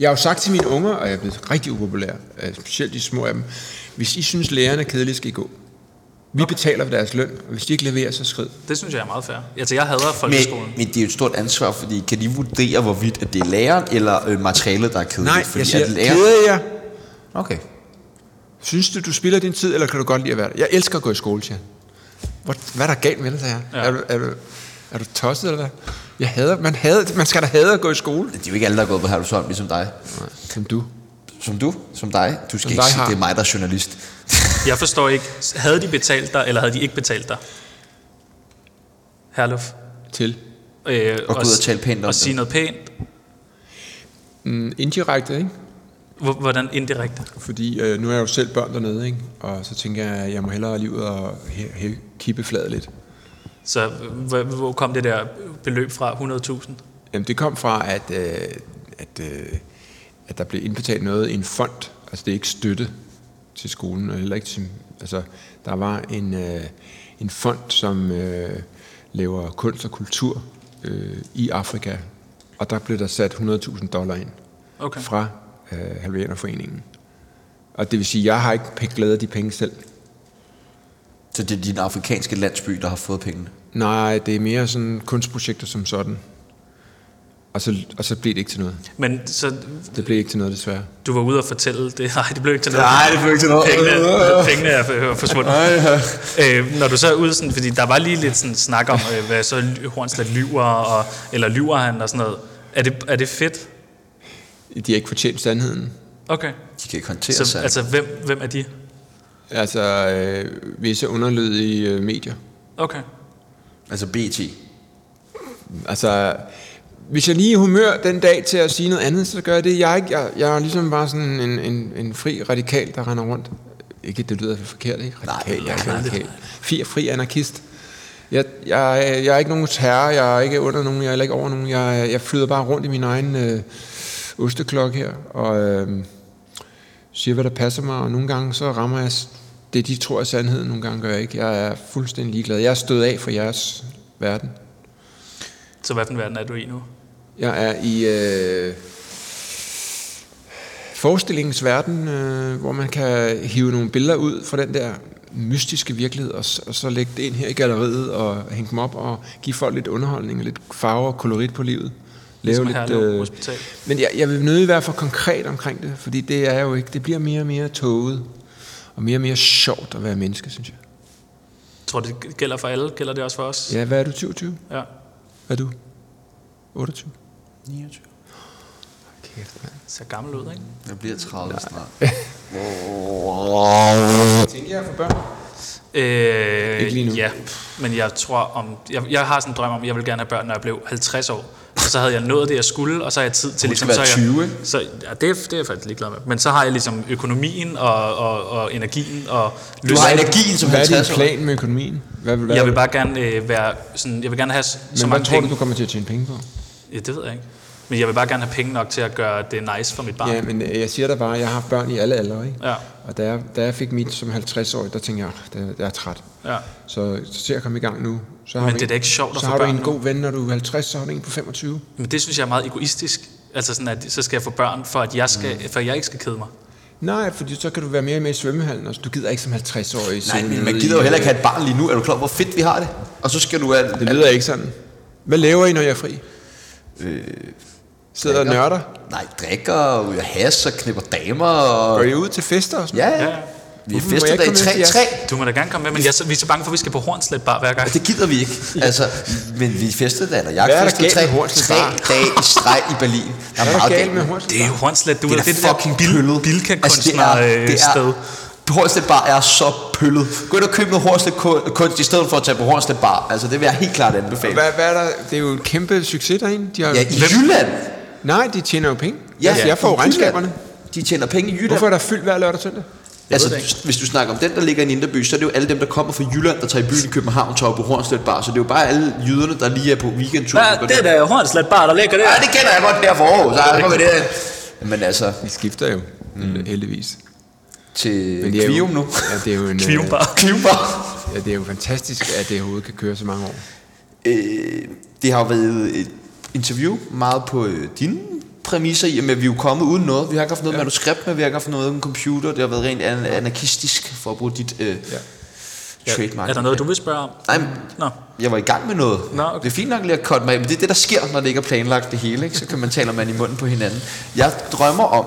Speaker 2: Jeg har jo sagt til mine unger, og jeg er blevet rigtig upopulær, øh, specielt de små af dem, hvis I synes, lærerne er kedelige, skal I gå. Vi betaler for deres løn, og hvis de ikke leverer, så skrid.
Speaker 5: Det synes jeg er meget fair. Altså jeg hader folkeskolen.
Speaker 6: men, men det er jo et stort ansvar, fordi kan de vurdere, hvorvidt at det er læreren eller øh, materialet, der er kedeligt?
Speaker 2: Nej,
Speaker 6: fordi
Speaker 2: jeg siger,
Speaker 6: at lærer...
Speaker 2: keder jeg.
Speaker 6: Okay.
Speaker 2: Synes du, du spilder din tid, eller kan du godt lide at være der? Jeg elsker at gå i skole, siger han. Hvor- Hvad er der galt med det, her? Ja. Er, du, er, du, er du tosset, eller hvad? Jeg hader, man, hader, man skal da hade at gå i skole.
Speaker 6: Det er jo ikke alle, der er gået på Herlevsholm, ligesom dig.
Speaker 2: Som du.
Speaker 6: Som du, som dig. Du skal
Speaker 2: Som
Speaker 6: ikke
Speaker 2: dig
Speaker 6: sige,
Speaker 2: har.
Speaker 6: det er mig, der er journalist.
Speaker 5: Jeg forstår ikke. Havde de betalt dig, eller havde de ikke betalt dig? Herluf.
Speaker 2: Til.
Speaker 5: Øh,
Speaker 4: Og gå ud og tale pænt om
Speaker 5: Og
Speaker 4: det.
Speaker 5: sige noget pænt.
Speaker 2: Mm, indirekte, ikke?
Speaker 5: Hvor- Hvordan indirekte?
Speaker 2: Fordi øh, nu er jeg jo selv børn dernede, ikke? Og så tænker jeg, at jeg må hellere lige ud og he- he- kippe fladet lidt.
Speaker 5: Så hvor, hvor kom det der beløb fra? 100.000?
Speaker 2: Jamen, det kom fra, at, øh, at, øh, at der blev indbetalt noget i en fond. Altså, det er ikke støtte til skolen, og heller ikke til, altså, der var en, øh, en fond, som øh, laver kunst og kultur øh, i Afrika, og der blev der sat 100.000 dollar ind
Speaker 5: Okay.
Speaker 2: fra øh, Halviernerforeningen. Og det vil sige, at jeg har ikke p- glæde af de penge selv.
Speaker 4: Så det er din afrikanske landsby, der har fået pengene.
Speaker 2: Nej, det er mere sådan kunstprojekter som sådan. Og så, og så blev det ikke til noget.
Speaker 5: Men så
Speaker 2: Det blev ikke til noget, desværre.
Speaker 5: du var ude og fortælle det. *laughs* Nej, det blev ikke til noget.
Speaker 4: Nej, det blev ikke til noget.
Speaker 5: Pengene, pengene er for- forsvundet. Øh, når du så er ude, sådan, fordi der var lige lidt sådan snak om, øh, hvad så ly- Hornslet lyver, og, eller lyver han og sådan noget. Er det, er det fedt?
Speaker 2: De har ikke fortjent sandheden.
Speaker 5: Okay.
Speaker 4: De kan ikke håndtere
Speaker 5: Så,
Speaker 4: sig.
Speaker 5: altså, hvem, hvem er de?
Speaker 2: Altså øh, visse underlydige øh, medier.
Speaker 5: Okay.
Speaker 4: altså BT.
Speaker 2: Altså, hvis jeg lige er i humør den dag til at sige noget andet, så gør jeg det. Jeg er, ikke, jeg, jeg er ligesom bare sådan en, en, en fri radikal, der render rundt. Ikke, det lyder forkert, ikke? Radikal, jeg er ikke radikal. Fri, fri anarkist. Jeg, jeg, jeg er ikke nogen terror, jeg er ikke under nogen, jeg er heller ikke over nogen. Jeg, jeg flyder bare rundt i min egen øh, osteklok her, og øh, siger, hvad der passer mig, og nogle gange så rammer jeg s- det, de tror er sandhed, nogle gange gør jeg ikke. Jeg er fuldstændig ligeglad. Jeg er stået af for jeres verden.
Speaker 5: Så hvad for en verden er du i nu?
Speaker 2: Jeg er i øh, forestillingens verden, øh, hvor man kan hive nogle billeder ud fra den der mystiske virkelighed, og, s- og så lægge det ind her i galleriet, og hænge dem op, og give folk lidt underholdning, og lidt farve og kolorit på livet. Lave
Speaker 5: Ligesom
Speaker 2: lidt,
Speaker 5: Herlev
Speaker 2: øh,
Speaker 5: Hospital.
Speaker 2: men jeg, jeg vil nødig være for konkret omkring det, fordi det er jo ikke, det bliver mere og mere tåget, og mere og mere sjovt at være menneske, synes jeg.
Speaker 5: Tror du, det gælder for alle? Gælder det også for os?
Speaker 2: Ja, hvad er du, 22?
Speaker 5: ja.
Speaker 2: Hvad er du? 28?
Speaker 4: 29.
Speaker 2: Kæft, mand.
Speaker 5: Ser gammel ud, ikke?
Speaker 4: Jeg bliver 30 snart.
Speaker 2: Tænker jeg for børn?
Speaker 5: Øh,
Speaker 2: Ikke lige nu.
Speaker 5: Ja, pff, men jeg tror om... Jeg, jeg har sådan en drøm om, at jeg vil gerne have børn, når jeg blev 50 år. Og så havde jeg nået det, jeg skulle, og så har jeg tid til... Ligesom,
Speaker 4: være
Speaker 5: så er
Speaker 4: 20,
Speaker 5: jeg,
Speaker 4: ikke?
Speaker 5: så, ja, det, er, det er jeg faktisk ligeglad med. Men så har jeg ligesom økonomien og, og, og energien og
Speaker 4: Du
Speaker 5: lyst.
Speaker 4: har energien som
Speaker 2: Hvad er din
Speaker 4: 50 år.
Speaker 2: plan med økonomien? Hvad, hvad,
Speaker 5: Jeg vil bare gerne øh, være sådan... Jeg vil gerne have s- så
Speaker 2: Men hvad
Speaker 5: mange
Speaker 2: tror
Speaker 5: penge...
Speaker 2: du, du kommer til at tjene penge på?
Speaker 5: Ja, det ved jeg ikke. Men jeg vil bare gerne have penge nok til at gøre det nice for mit barn.
Speaker 2: Ja, men øh, jeg siger dig bare, jeg har haft børn i alle aldre, ikke?
Speaker 5: Ja.
Speaker 2: Og da jeg, da jeg fik mit som 50-årig, der tænkte jeg, "Ah, der, der er træt.
Speaker 5: Ja.
Speaker 2: Så, så se at komme i gang nu. Så har
Speaker 5: Men
Speaker 2: du
Speaker 5: det er
Speaker 2: en-
Speaker 5: da ikke sjovt at
Speaker 2: Så
Speaker 5: få
Speaker 2: har du
Speaker 5: børn
Speaker 2: en
Speaker 5: nu.
Speaker 2: god ven, når du er 50, så har du en på 25.
Speaker 5: Men det synes jeg er meget egoistisk. Altså sådan, at så skal jeg få børn, for at jeg, skal,
Speaker 2: Mm.
Speaker 5: for at jeg ikke skal kede mig.
Speaker 2: Nej, fordi så kan du være mere med i svømmehallen. Altså, du gider ikke som 50-årig.
Speaker 4: Nej,
Speaker 2: sidde
Speaker 4: men man
Speaker 2: nede
Speaker 4: gider jo
Speaker 2: i-
Speaker 4: heller ikke have et barn lige nu. Er du klar over, hvor fedt vi har det? øh, Og så skal du have...
Speaker 2: Det lyder ikke sådan. Hvad laver I, når jeg er fri?
Speaker 4: Øh,
Speaker 2: Sidder og
Speaker 4: Drikker.
Speaker 2: nørder?
Speaker 4: nej, drikker, ryger has og knipper damer. Og...
Speaker 2: Går I ud til fester og sådan
Speaker 4: Ja, ja.
Speaker 5: Ja, ja.
Speaker 4: Vi er
Speaker 2: Hvorfor må jeg
Speaker 4: fester
Speaker 2: ikke
Speaker 4: i
Speaker 2: komme
Speaker 4: tre,
Speaker 2: med til
Speaker 4: tre.
Speaker 5: Du må da gerne komme med, men jeg, er så- vi er så bange for, at vi skal på Hornslet bare hver gang.
Speaker 4: Det gider vi ikke. Altså, men vi festede da, eller jeg
Speaker 2: Hvad er der
Speaker 4: festede
Speaker 2: galt
Speaker 4: tre,
Speaker 2: med Hornslet
Speaker 4: tre
Speaker 2: Bar?
Speaker 4: dage i streg i Berlin. Der
Speaker 2: Hvad er der
Speaker 4: meget
Speaker 2: galt med Hornslet?
Speaker 5: Det er jo Hornslet, du
Speaker 4: Det
Speaker 5: ved,
Speaker 4: er da
Speaker 5: det, det der
Speaker 4: fucking
Speaker 5: bil, øh,
Speaker 4: pøllet. Altså,
Speaker 2: øh,
Speaker 5: bilka-kunstner-sted.
Speaker 4: Hornslet Bar er så pøllet. Gå ind og køb noget Hornslet kun- kunst, i stedet for at tage på Hornslet Bar. Altså, det vil jeg helt klart anbefale.
Speaker 2: Hvad, hvad er der? Det er jo en kæmpe succes derinde. De har...
Speaker 4: Ja, i Jylland.
Speaker 2: Nej, de tjener jo penge.
Speaker 4: Ja,
Speaker 2: altså, jeg får
Speaker 4: i
Speaker 2: jo
Speaker 4: Jylland.
Speaker 2: regnskaberne.
Speaker 4: De tjener penge i Jylland.
Speaker 2: Hvorfor er der fyldt hver lørdag og søndag?
Speaker 4: Altså, hvis du snakker om den, der ligger i en indre by, så er det jo alle dem, der kommer fra Jylland, der tager i byen i København, tager på Hornslet Bar. Så det er jo bare alle jyderne, der lige er på weekendtur.
Speaker 5: Ja, det er da Hornslet bare, der ligger der.
Speaker 4: Ja, det kender jeg godt der forår. Så er det det. Men altså,
Speaker 2: De skifter jo, mm. heldigvis.
Speaker 4: til
Speaker 2: Men det er jo-
Speaker 4: Kvium nu. *laughs*
Speaker 2: Ja, det er
Speaker 5: *laughs*
Speaker 2: jo en, øh,
Speaker 5: Kvium bare.
Speaker 4: Kvium Bar.
Speaker 2: Ja, det er jo fantastisk, at det overhovedet kan køre så mange år.
Speaker 4: Øh, det har jo været et interview meget på øh, dine præmisser i, og med, at vi er jo kommet uden noget. Vi har ikke haft noget ja. manuskript med, vi har ikke haft noget med computer. Det har været rent an- anarkistisk, for at bruge dit øh, ja. trademark.
Speaker 5: Er der noget, du vil spørge om?
Speaker 4: Nej, men
Speaker 5: Nå,
Speaker 4: jeg var i gang med noget.
Speaker 5: Nå, okay.
Speaker 4: Det er fint nok lige at korte mig af, men det er det, der sker, når det ikke er planlagt det hele. Ikke? Så kan man tale man i munden på hinanden. Jeg drømmer om,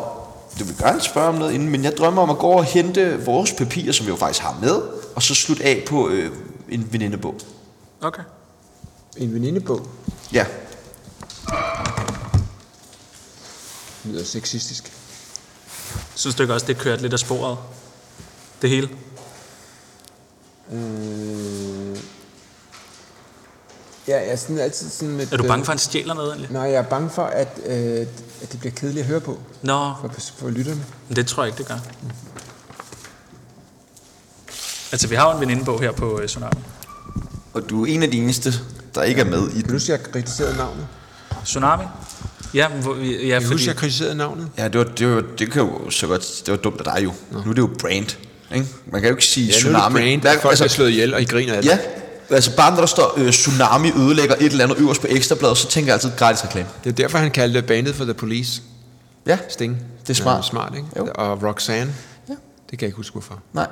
Speaker 4: du vil gerne spørge om noget inden, men jeg drømmer om at gå over og hente vores papirer, som vi jo faktisk har med, og så slutte af på øh, en venindebog.
Speaker 5: okay.
Speaker 2: En venindebog
Speaker 4: Ja,
Speaker 2: lyder sexistisk.
Speaker 5: Synes du ikke også, det kørte lidt af sporet? Det hele?
Speaker 7: Øh, ja, jeg er sådan altid sådan med...
Speaker 5: Er
Speaker 2: øh,
Speaker 5: du bange for, at han stjæler noget egentlig?
Speaker 7: Nej, jeg er bange for, at, øh, at det bliver kedeligt at høre på
Speaker 5: Nå,
Speaker 7: for, for lytterne.
Speaker 5: men det tror jeg ikke, det gør. Altså, vi har jo en venindebog her på øh, Tsunami.
Speaker 6: Og du er en af de eneste, der ikke er med i
Speaker 7: Kan du
Speaker 6: den.
Speaker 7: huske, jeg kritiserede navnet?
Speaker 5: Tsunami? Ja, men hvor, ja
Speaker 2: Jeg
Speaker 5: fordi...
Speaker 2: husker, jeg kritiserede navnet.
Speaker 6: Ja, det var, det, var, det kan jo så godt, det var dumt af dig jo. Nu er det jo brand, ikke? Man kan jo ikke sige ja,
Speaker 2: nu er det
Speaker 6: tsunami.
Speaker 2: brand,
Speaker 6: Hvad-
Speaker 2: Hvad, folk altså, er slået ihjel, og I griner af det.
Speaker 6: Ja, altså bare når der står øh, tsunami ødelægger et eller andet øverst på ekstrabladet, så tænker jeg altid gratis reklame.
Speaker 2: Det er derfor, han kaldte bandet for The Police.
Speaker 6: Ja,
Speaker 2: Sting.
Speaker 6: Det er smart.
Speaker 2: Ja, smart, ikke?
Speaker 6: Jo.
Speaker 2: Og Roxanne.
Speaker 6: Ja.
Speaker 2: Det kan jeg ikke huske, hvorfor.
Speaker 6: nej.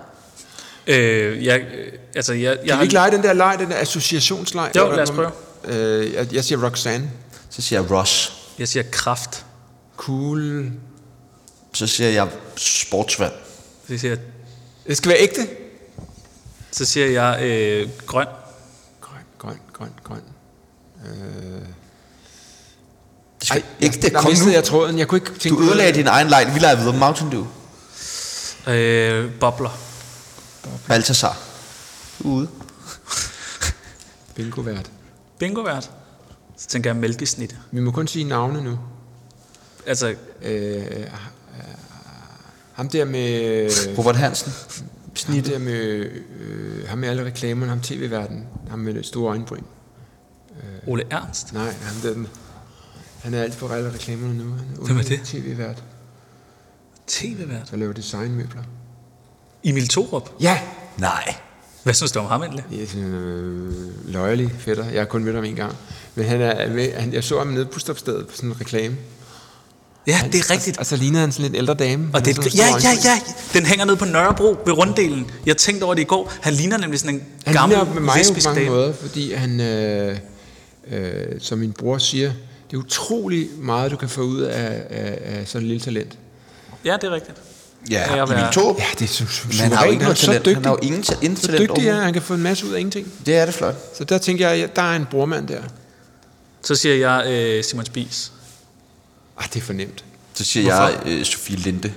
Speaker 5: Øh, jeg, øh, altså, jeg, jeg
Speaker 2: Kan vi ikke lege den der leg, den der associationsleg?
Speaker 5: Jo, lad os prøve.
Speaker 2: Øh, jeg, jeg siger Roxanne.
Speaker 6: Så siger jeg Ross.
Speaker 5: jeg siger kraft.
Speaker 2: Cool.
Speaker 6: Så siger jeg sportsvand.
Speaker 5: Så siger jeg,
Speaker 2: Det skal være ægte.
Speaker 5: så siger jeg øh, grøn.
Speaker 2: Grøn, grøn, grøn, grøn.
Speaker 6: Det skal Ej, ikke det.
Speaker 2: Der
Speaker 6: Kom
Speaker 2: mistede
Speaker 6: nu.
Speaker 2: jeg tråden. Jeg kunne ikke tænke...
Speaker 6: Du ødelagde din egen leg. Vi leger videre. Mountain Dew.
Speaker 5: Øh, bobler.
Speaker 6: Baltasar. Ude.
Speaker 2: Bingo vært.
Speaker 5: Bingo vært. Så tænker jeg mælkesnit.
Speaker 2: Vi må kun sige navne nu.
Speaker 5: Altså,
Speaker 2: Øh, øh, ham der med...
Speaker 6: Robert Hansen.
Speaker 2: Ham der med... Øh, ham med alle reklamerne. Ham tv-verden. Ham med det store øjenbryn.
Speaker 5: Ole Ernst.
Speaker 2: Nej, ham der den. Han er alt på alle reklamerne nu. Han er
Speaker 5: Hvem er
Speaker 2: underlig
Speaker 5: det?
Speaker 2: tv-vært.
Speaker 5: TV-vært.
Speaker 2: Der laver designmøbler.
Speaker 5: Emil Thorup.
Speaker 2: Ja!
Speaker 6: Nej.
Speaker 5: Hvad synes du om ham egentlig?
Speaker 2: Jeg er sådan en øh, løjerlig fætter. Jeg har kun mødt ham en gang. Men han er med, han, jeg så ham nede på stopstedet på sådan en reklame.
Speaker 5: Ja, det er rigtigt.
Speaker 2: Og, og så lignede han sådan lidt ældre dame.
Speaker 5: Og
Speaker 2: Han
Speaker 5: det,
Speaker 2: havde sådan
Speaker 5: ja,
Speaker 2: nogle
Speaker 5: ja,
Speaker 2: store øjenbryn.
Speaker 5: ja. Den hænger nede på Nørrebro ved runddelen. Jeg tænkte over det i går. Han ligner nemlig sådan en
Speaker 2: Han
Speaker 5: gammel
Speaker 2: ligner med mig jo på
Speaker 5: lesbisk
Speaker 2: mange
Speaker 5: dame.
Speaker 2: måder, fordi han, øh, øh, som min bror siger, det er utrolig meget, du kan få ud af, af, af sådan et lille talent.
Speaker 5: Ja, det er rigtigt. Jeg
Speaker 6: Ja,
Speaker 5: vil
Speaker 6: Emil
Speaker 5: være-
Speaker 6: Thorup.
Speaker 2: det er så, så
Speaker 6: Men han har jo ikke noget talent.
Speaker 2: Så
Speaker 6: Han har jo
Speaker 2: dygtig,
Speaker 6: ingen, ta- ingen
Speaker 2: så
Speaker 6: talent
Speaker 2: dygtig er, at
Speaker 6: overhovedet.
Speaker 2: han kan få en masse ud af ingenting.
Speaker 6: Det er det flot.
Speaker 2: Så der tænker jeg, ja, der er en brormand der.
Speaker 5: Så siger jeg øh, Simon Spies.
Speaker 2: Ah, det er for nemt.
Speaker 6: Så siger jeg øh, Sofie Linde.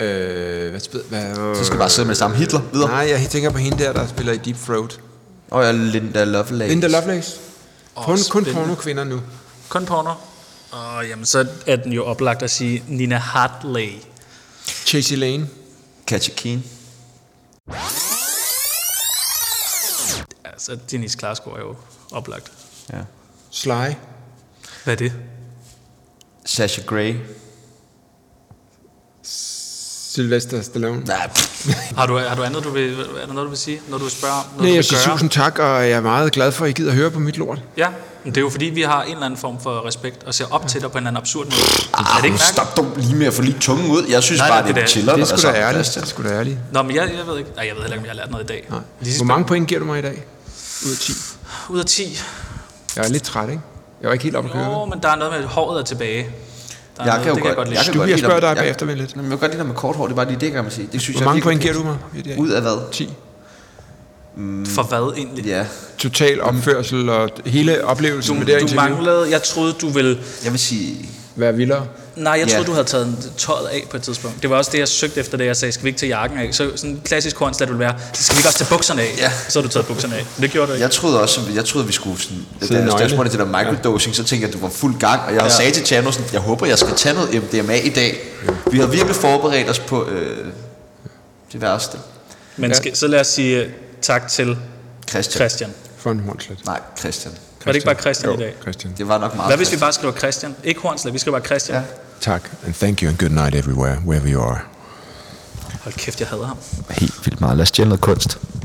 Speaker 2: Øh, hvad spil, hvad,
Speaker 6: Så skal du bare sidde med det samme Hitler videre.
Speaker 2: Nej, jeg tænker på hende der, der spiller i Deep Throat.
Speaker 6: Og jeg er Linda Lovelace.
Speaker 2: Linda Lovelace.
Speaker 5: Åh,
Speaker 2: Kun, kun
Speaker 5: spændende.
Speaker 2: pornokvinder nu.
Speaker 5: Kun porno. Og jamen, så er den jo oplagt at sige Nina Hartley.
Speaker 2: Chasey Lane.
Speaker 6: Katja Keen.
Speaker 5: Altså, Denise Klarsgaard er jo oplagt.
Speaker 6: Ja.
Speaker 2: Sly.
Speaker 5: Hvad er det?
Speaker 6: Sasha Grey.
Speaker 2: Sylvester Stallone.
Speaker 6: Nej, pff,
Speaker 5: Har du, har du andet, du vil, er der noget, du vil sige, når du spørger om, noget,
Speaker 2: Nej,
Speaker 5: du
Speaker 2: jeg
Speaker 5: vil
Speaker 2: siger
Speaker 5: gøre?
Speaker 2: altså, tusind tak, og jeg er meget glad for, at I gider at høre på mit lort.
Speaker 5: Ja, men det er jo fordi, vi har en eller anden form for respekt og ser op til dig på en eller anden absurd måde. er det ikke mærkeligt?
Speaker 6: Ah, stop dog lige med at få lige tungen ud. Jeg synes
Speaker 5: Nej,
Speaker 6: bare,
Speaker 5: nej,
Speaker 6: det,
Speaker 5: det
Speaker 6: er
Speaker 5: er-
Speaker 6: altså. chiller.
Speaker 2: Det er
Speaker 6: når
Speaker 2: sgu
Speaker 6: der
Speaker 2: da
Speaker 6: er
Speaker 2: ærligt.
Speaker 6: plads
Speaker 2: Det
Speaker 6: til.
Speaker 2: er sgu da ærligt.
Speaker 5: Nå, men jeg, jeg ved ikke. Nej, jeg ved heller ikke, om jeg har lært noget i dag.
Speaker 2: Nej.
Speaker 5: Lige
Speaker 2: Hvor
Speaker 5: mange?
Speaker 2: mange point giver du mig i dag? Ud af 10.
Speaker 5: Ud af 10.
Speaker 2: Jeg er lidt træt, ikke? Jeg var ikke helt oppe at køre.
Speaker 5: Åh,
Speaker 2: vel?
Speaker 5: men der er noget med, at håret er tilbage. Der er
Speaker 6: Jeg
Speaker 5: noget,
Speaker 6: kan jo
Speaker 5: det kan jeg
Speaker 6: godt-
Speaker 5: godt lide.
Speaker 6: jeg kan
Speaker 2: Du,
Speaker 6: godt
Speaker 2: jeg
Speaker 6: lide
Speaker 2: spørger
Speaker 6: dig.
Speaker 2: dig
Speaker 6: Jeg-
Speaker 2: bagefter med lidt.
Speaker 6: Nå, men Jeg kan godt lide dig med kort hår. Det er bare lige det, kan man sige. Det synes
Speaker 2: Hvor
Speaker 6: jeg
Speaker 2: mange
Speaker 6: virkelig-
Speaker 2: point giver du mig? i dag?
Speaker 6: Ud af hvad?
Speaker 2: 10.
Speaker 5: For hvad egentlig?
Speaker 6: Ja.
Speaker 2: Total opførsel og hele oplevelsen med det her
Speaker 5: Du
Speaker 2: interview.
Speaker 5: manglede, jeg troede, du ville...
Speaker 6: Jeg vil sige...
Speaker 2: Vær vildere.
Speaker 5: Nej, jeg
Speaker 6: Ja.
Speaker 5: troede, du havde taget tøjet af på et tidspunkt. Det var også det, jeg søgte efter, da jeg sagde, skal vi ikke tage jakken af? Så sådan en klassisk hornslat ville være, skal vi ikke også tage bukserne af?
Speaker 6: Ja.
Speaker 5: Så har du taget bukserne af. Men Det gjorde du ikke.
Speaker 6: Jeg troede også, jeg troede, vi skulle sådan... Da jeg, da
Speaker 2: nøgne.
Speaker 6: jeg spurgte til der microdosing, så tænkte jeg, at det var fuld gang. Og jeg ja. sagde til Tjerno sådan, jeg håber, jeg skal tage noget MDMA i dag. Vi havde virkelig forberedt os på øh, det værste.
Speaker 5: Men skal, så lad os sige øh, tak til
Speaker 6: Christian.
Speaker 5: Christian.
Speaker 2: For en hornslet.
Speaker 6: Nej, Christian.
Speaker 5: Var det ikke bare Christian i dag?
Speaker 2: Christian.
Speaker 6: Det var nok meget
Speaker 5: Hvad hvis vi
Speaker 6: Christian.
Speaker 5: bare skriver Christian? Ikke Hornslet, vi skriver bare Christian.
Speaker 6: Ja.
Speaker 2: Tak, and thank you and good night everywhere, wherever you are.
Speaker 5: Hold kæft, jeg hader ham.
Speaker 1: Helt vildt meget. Lad os stjæle noget kunst.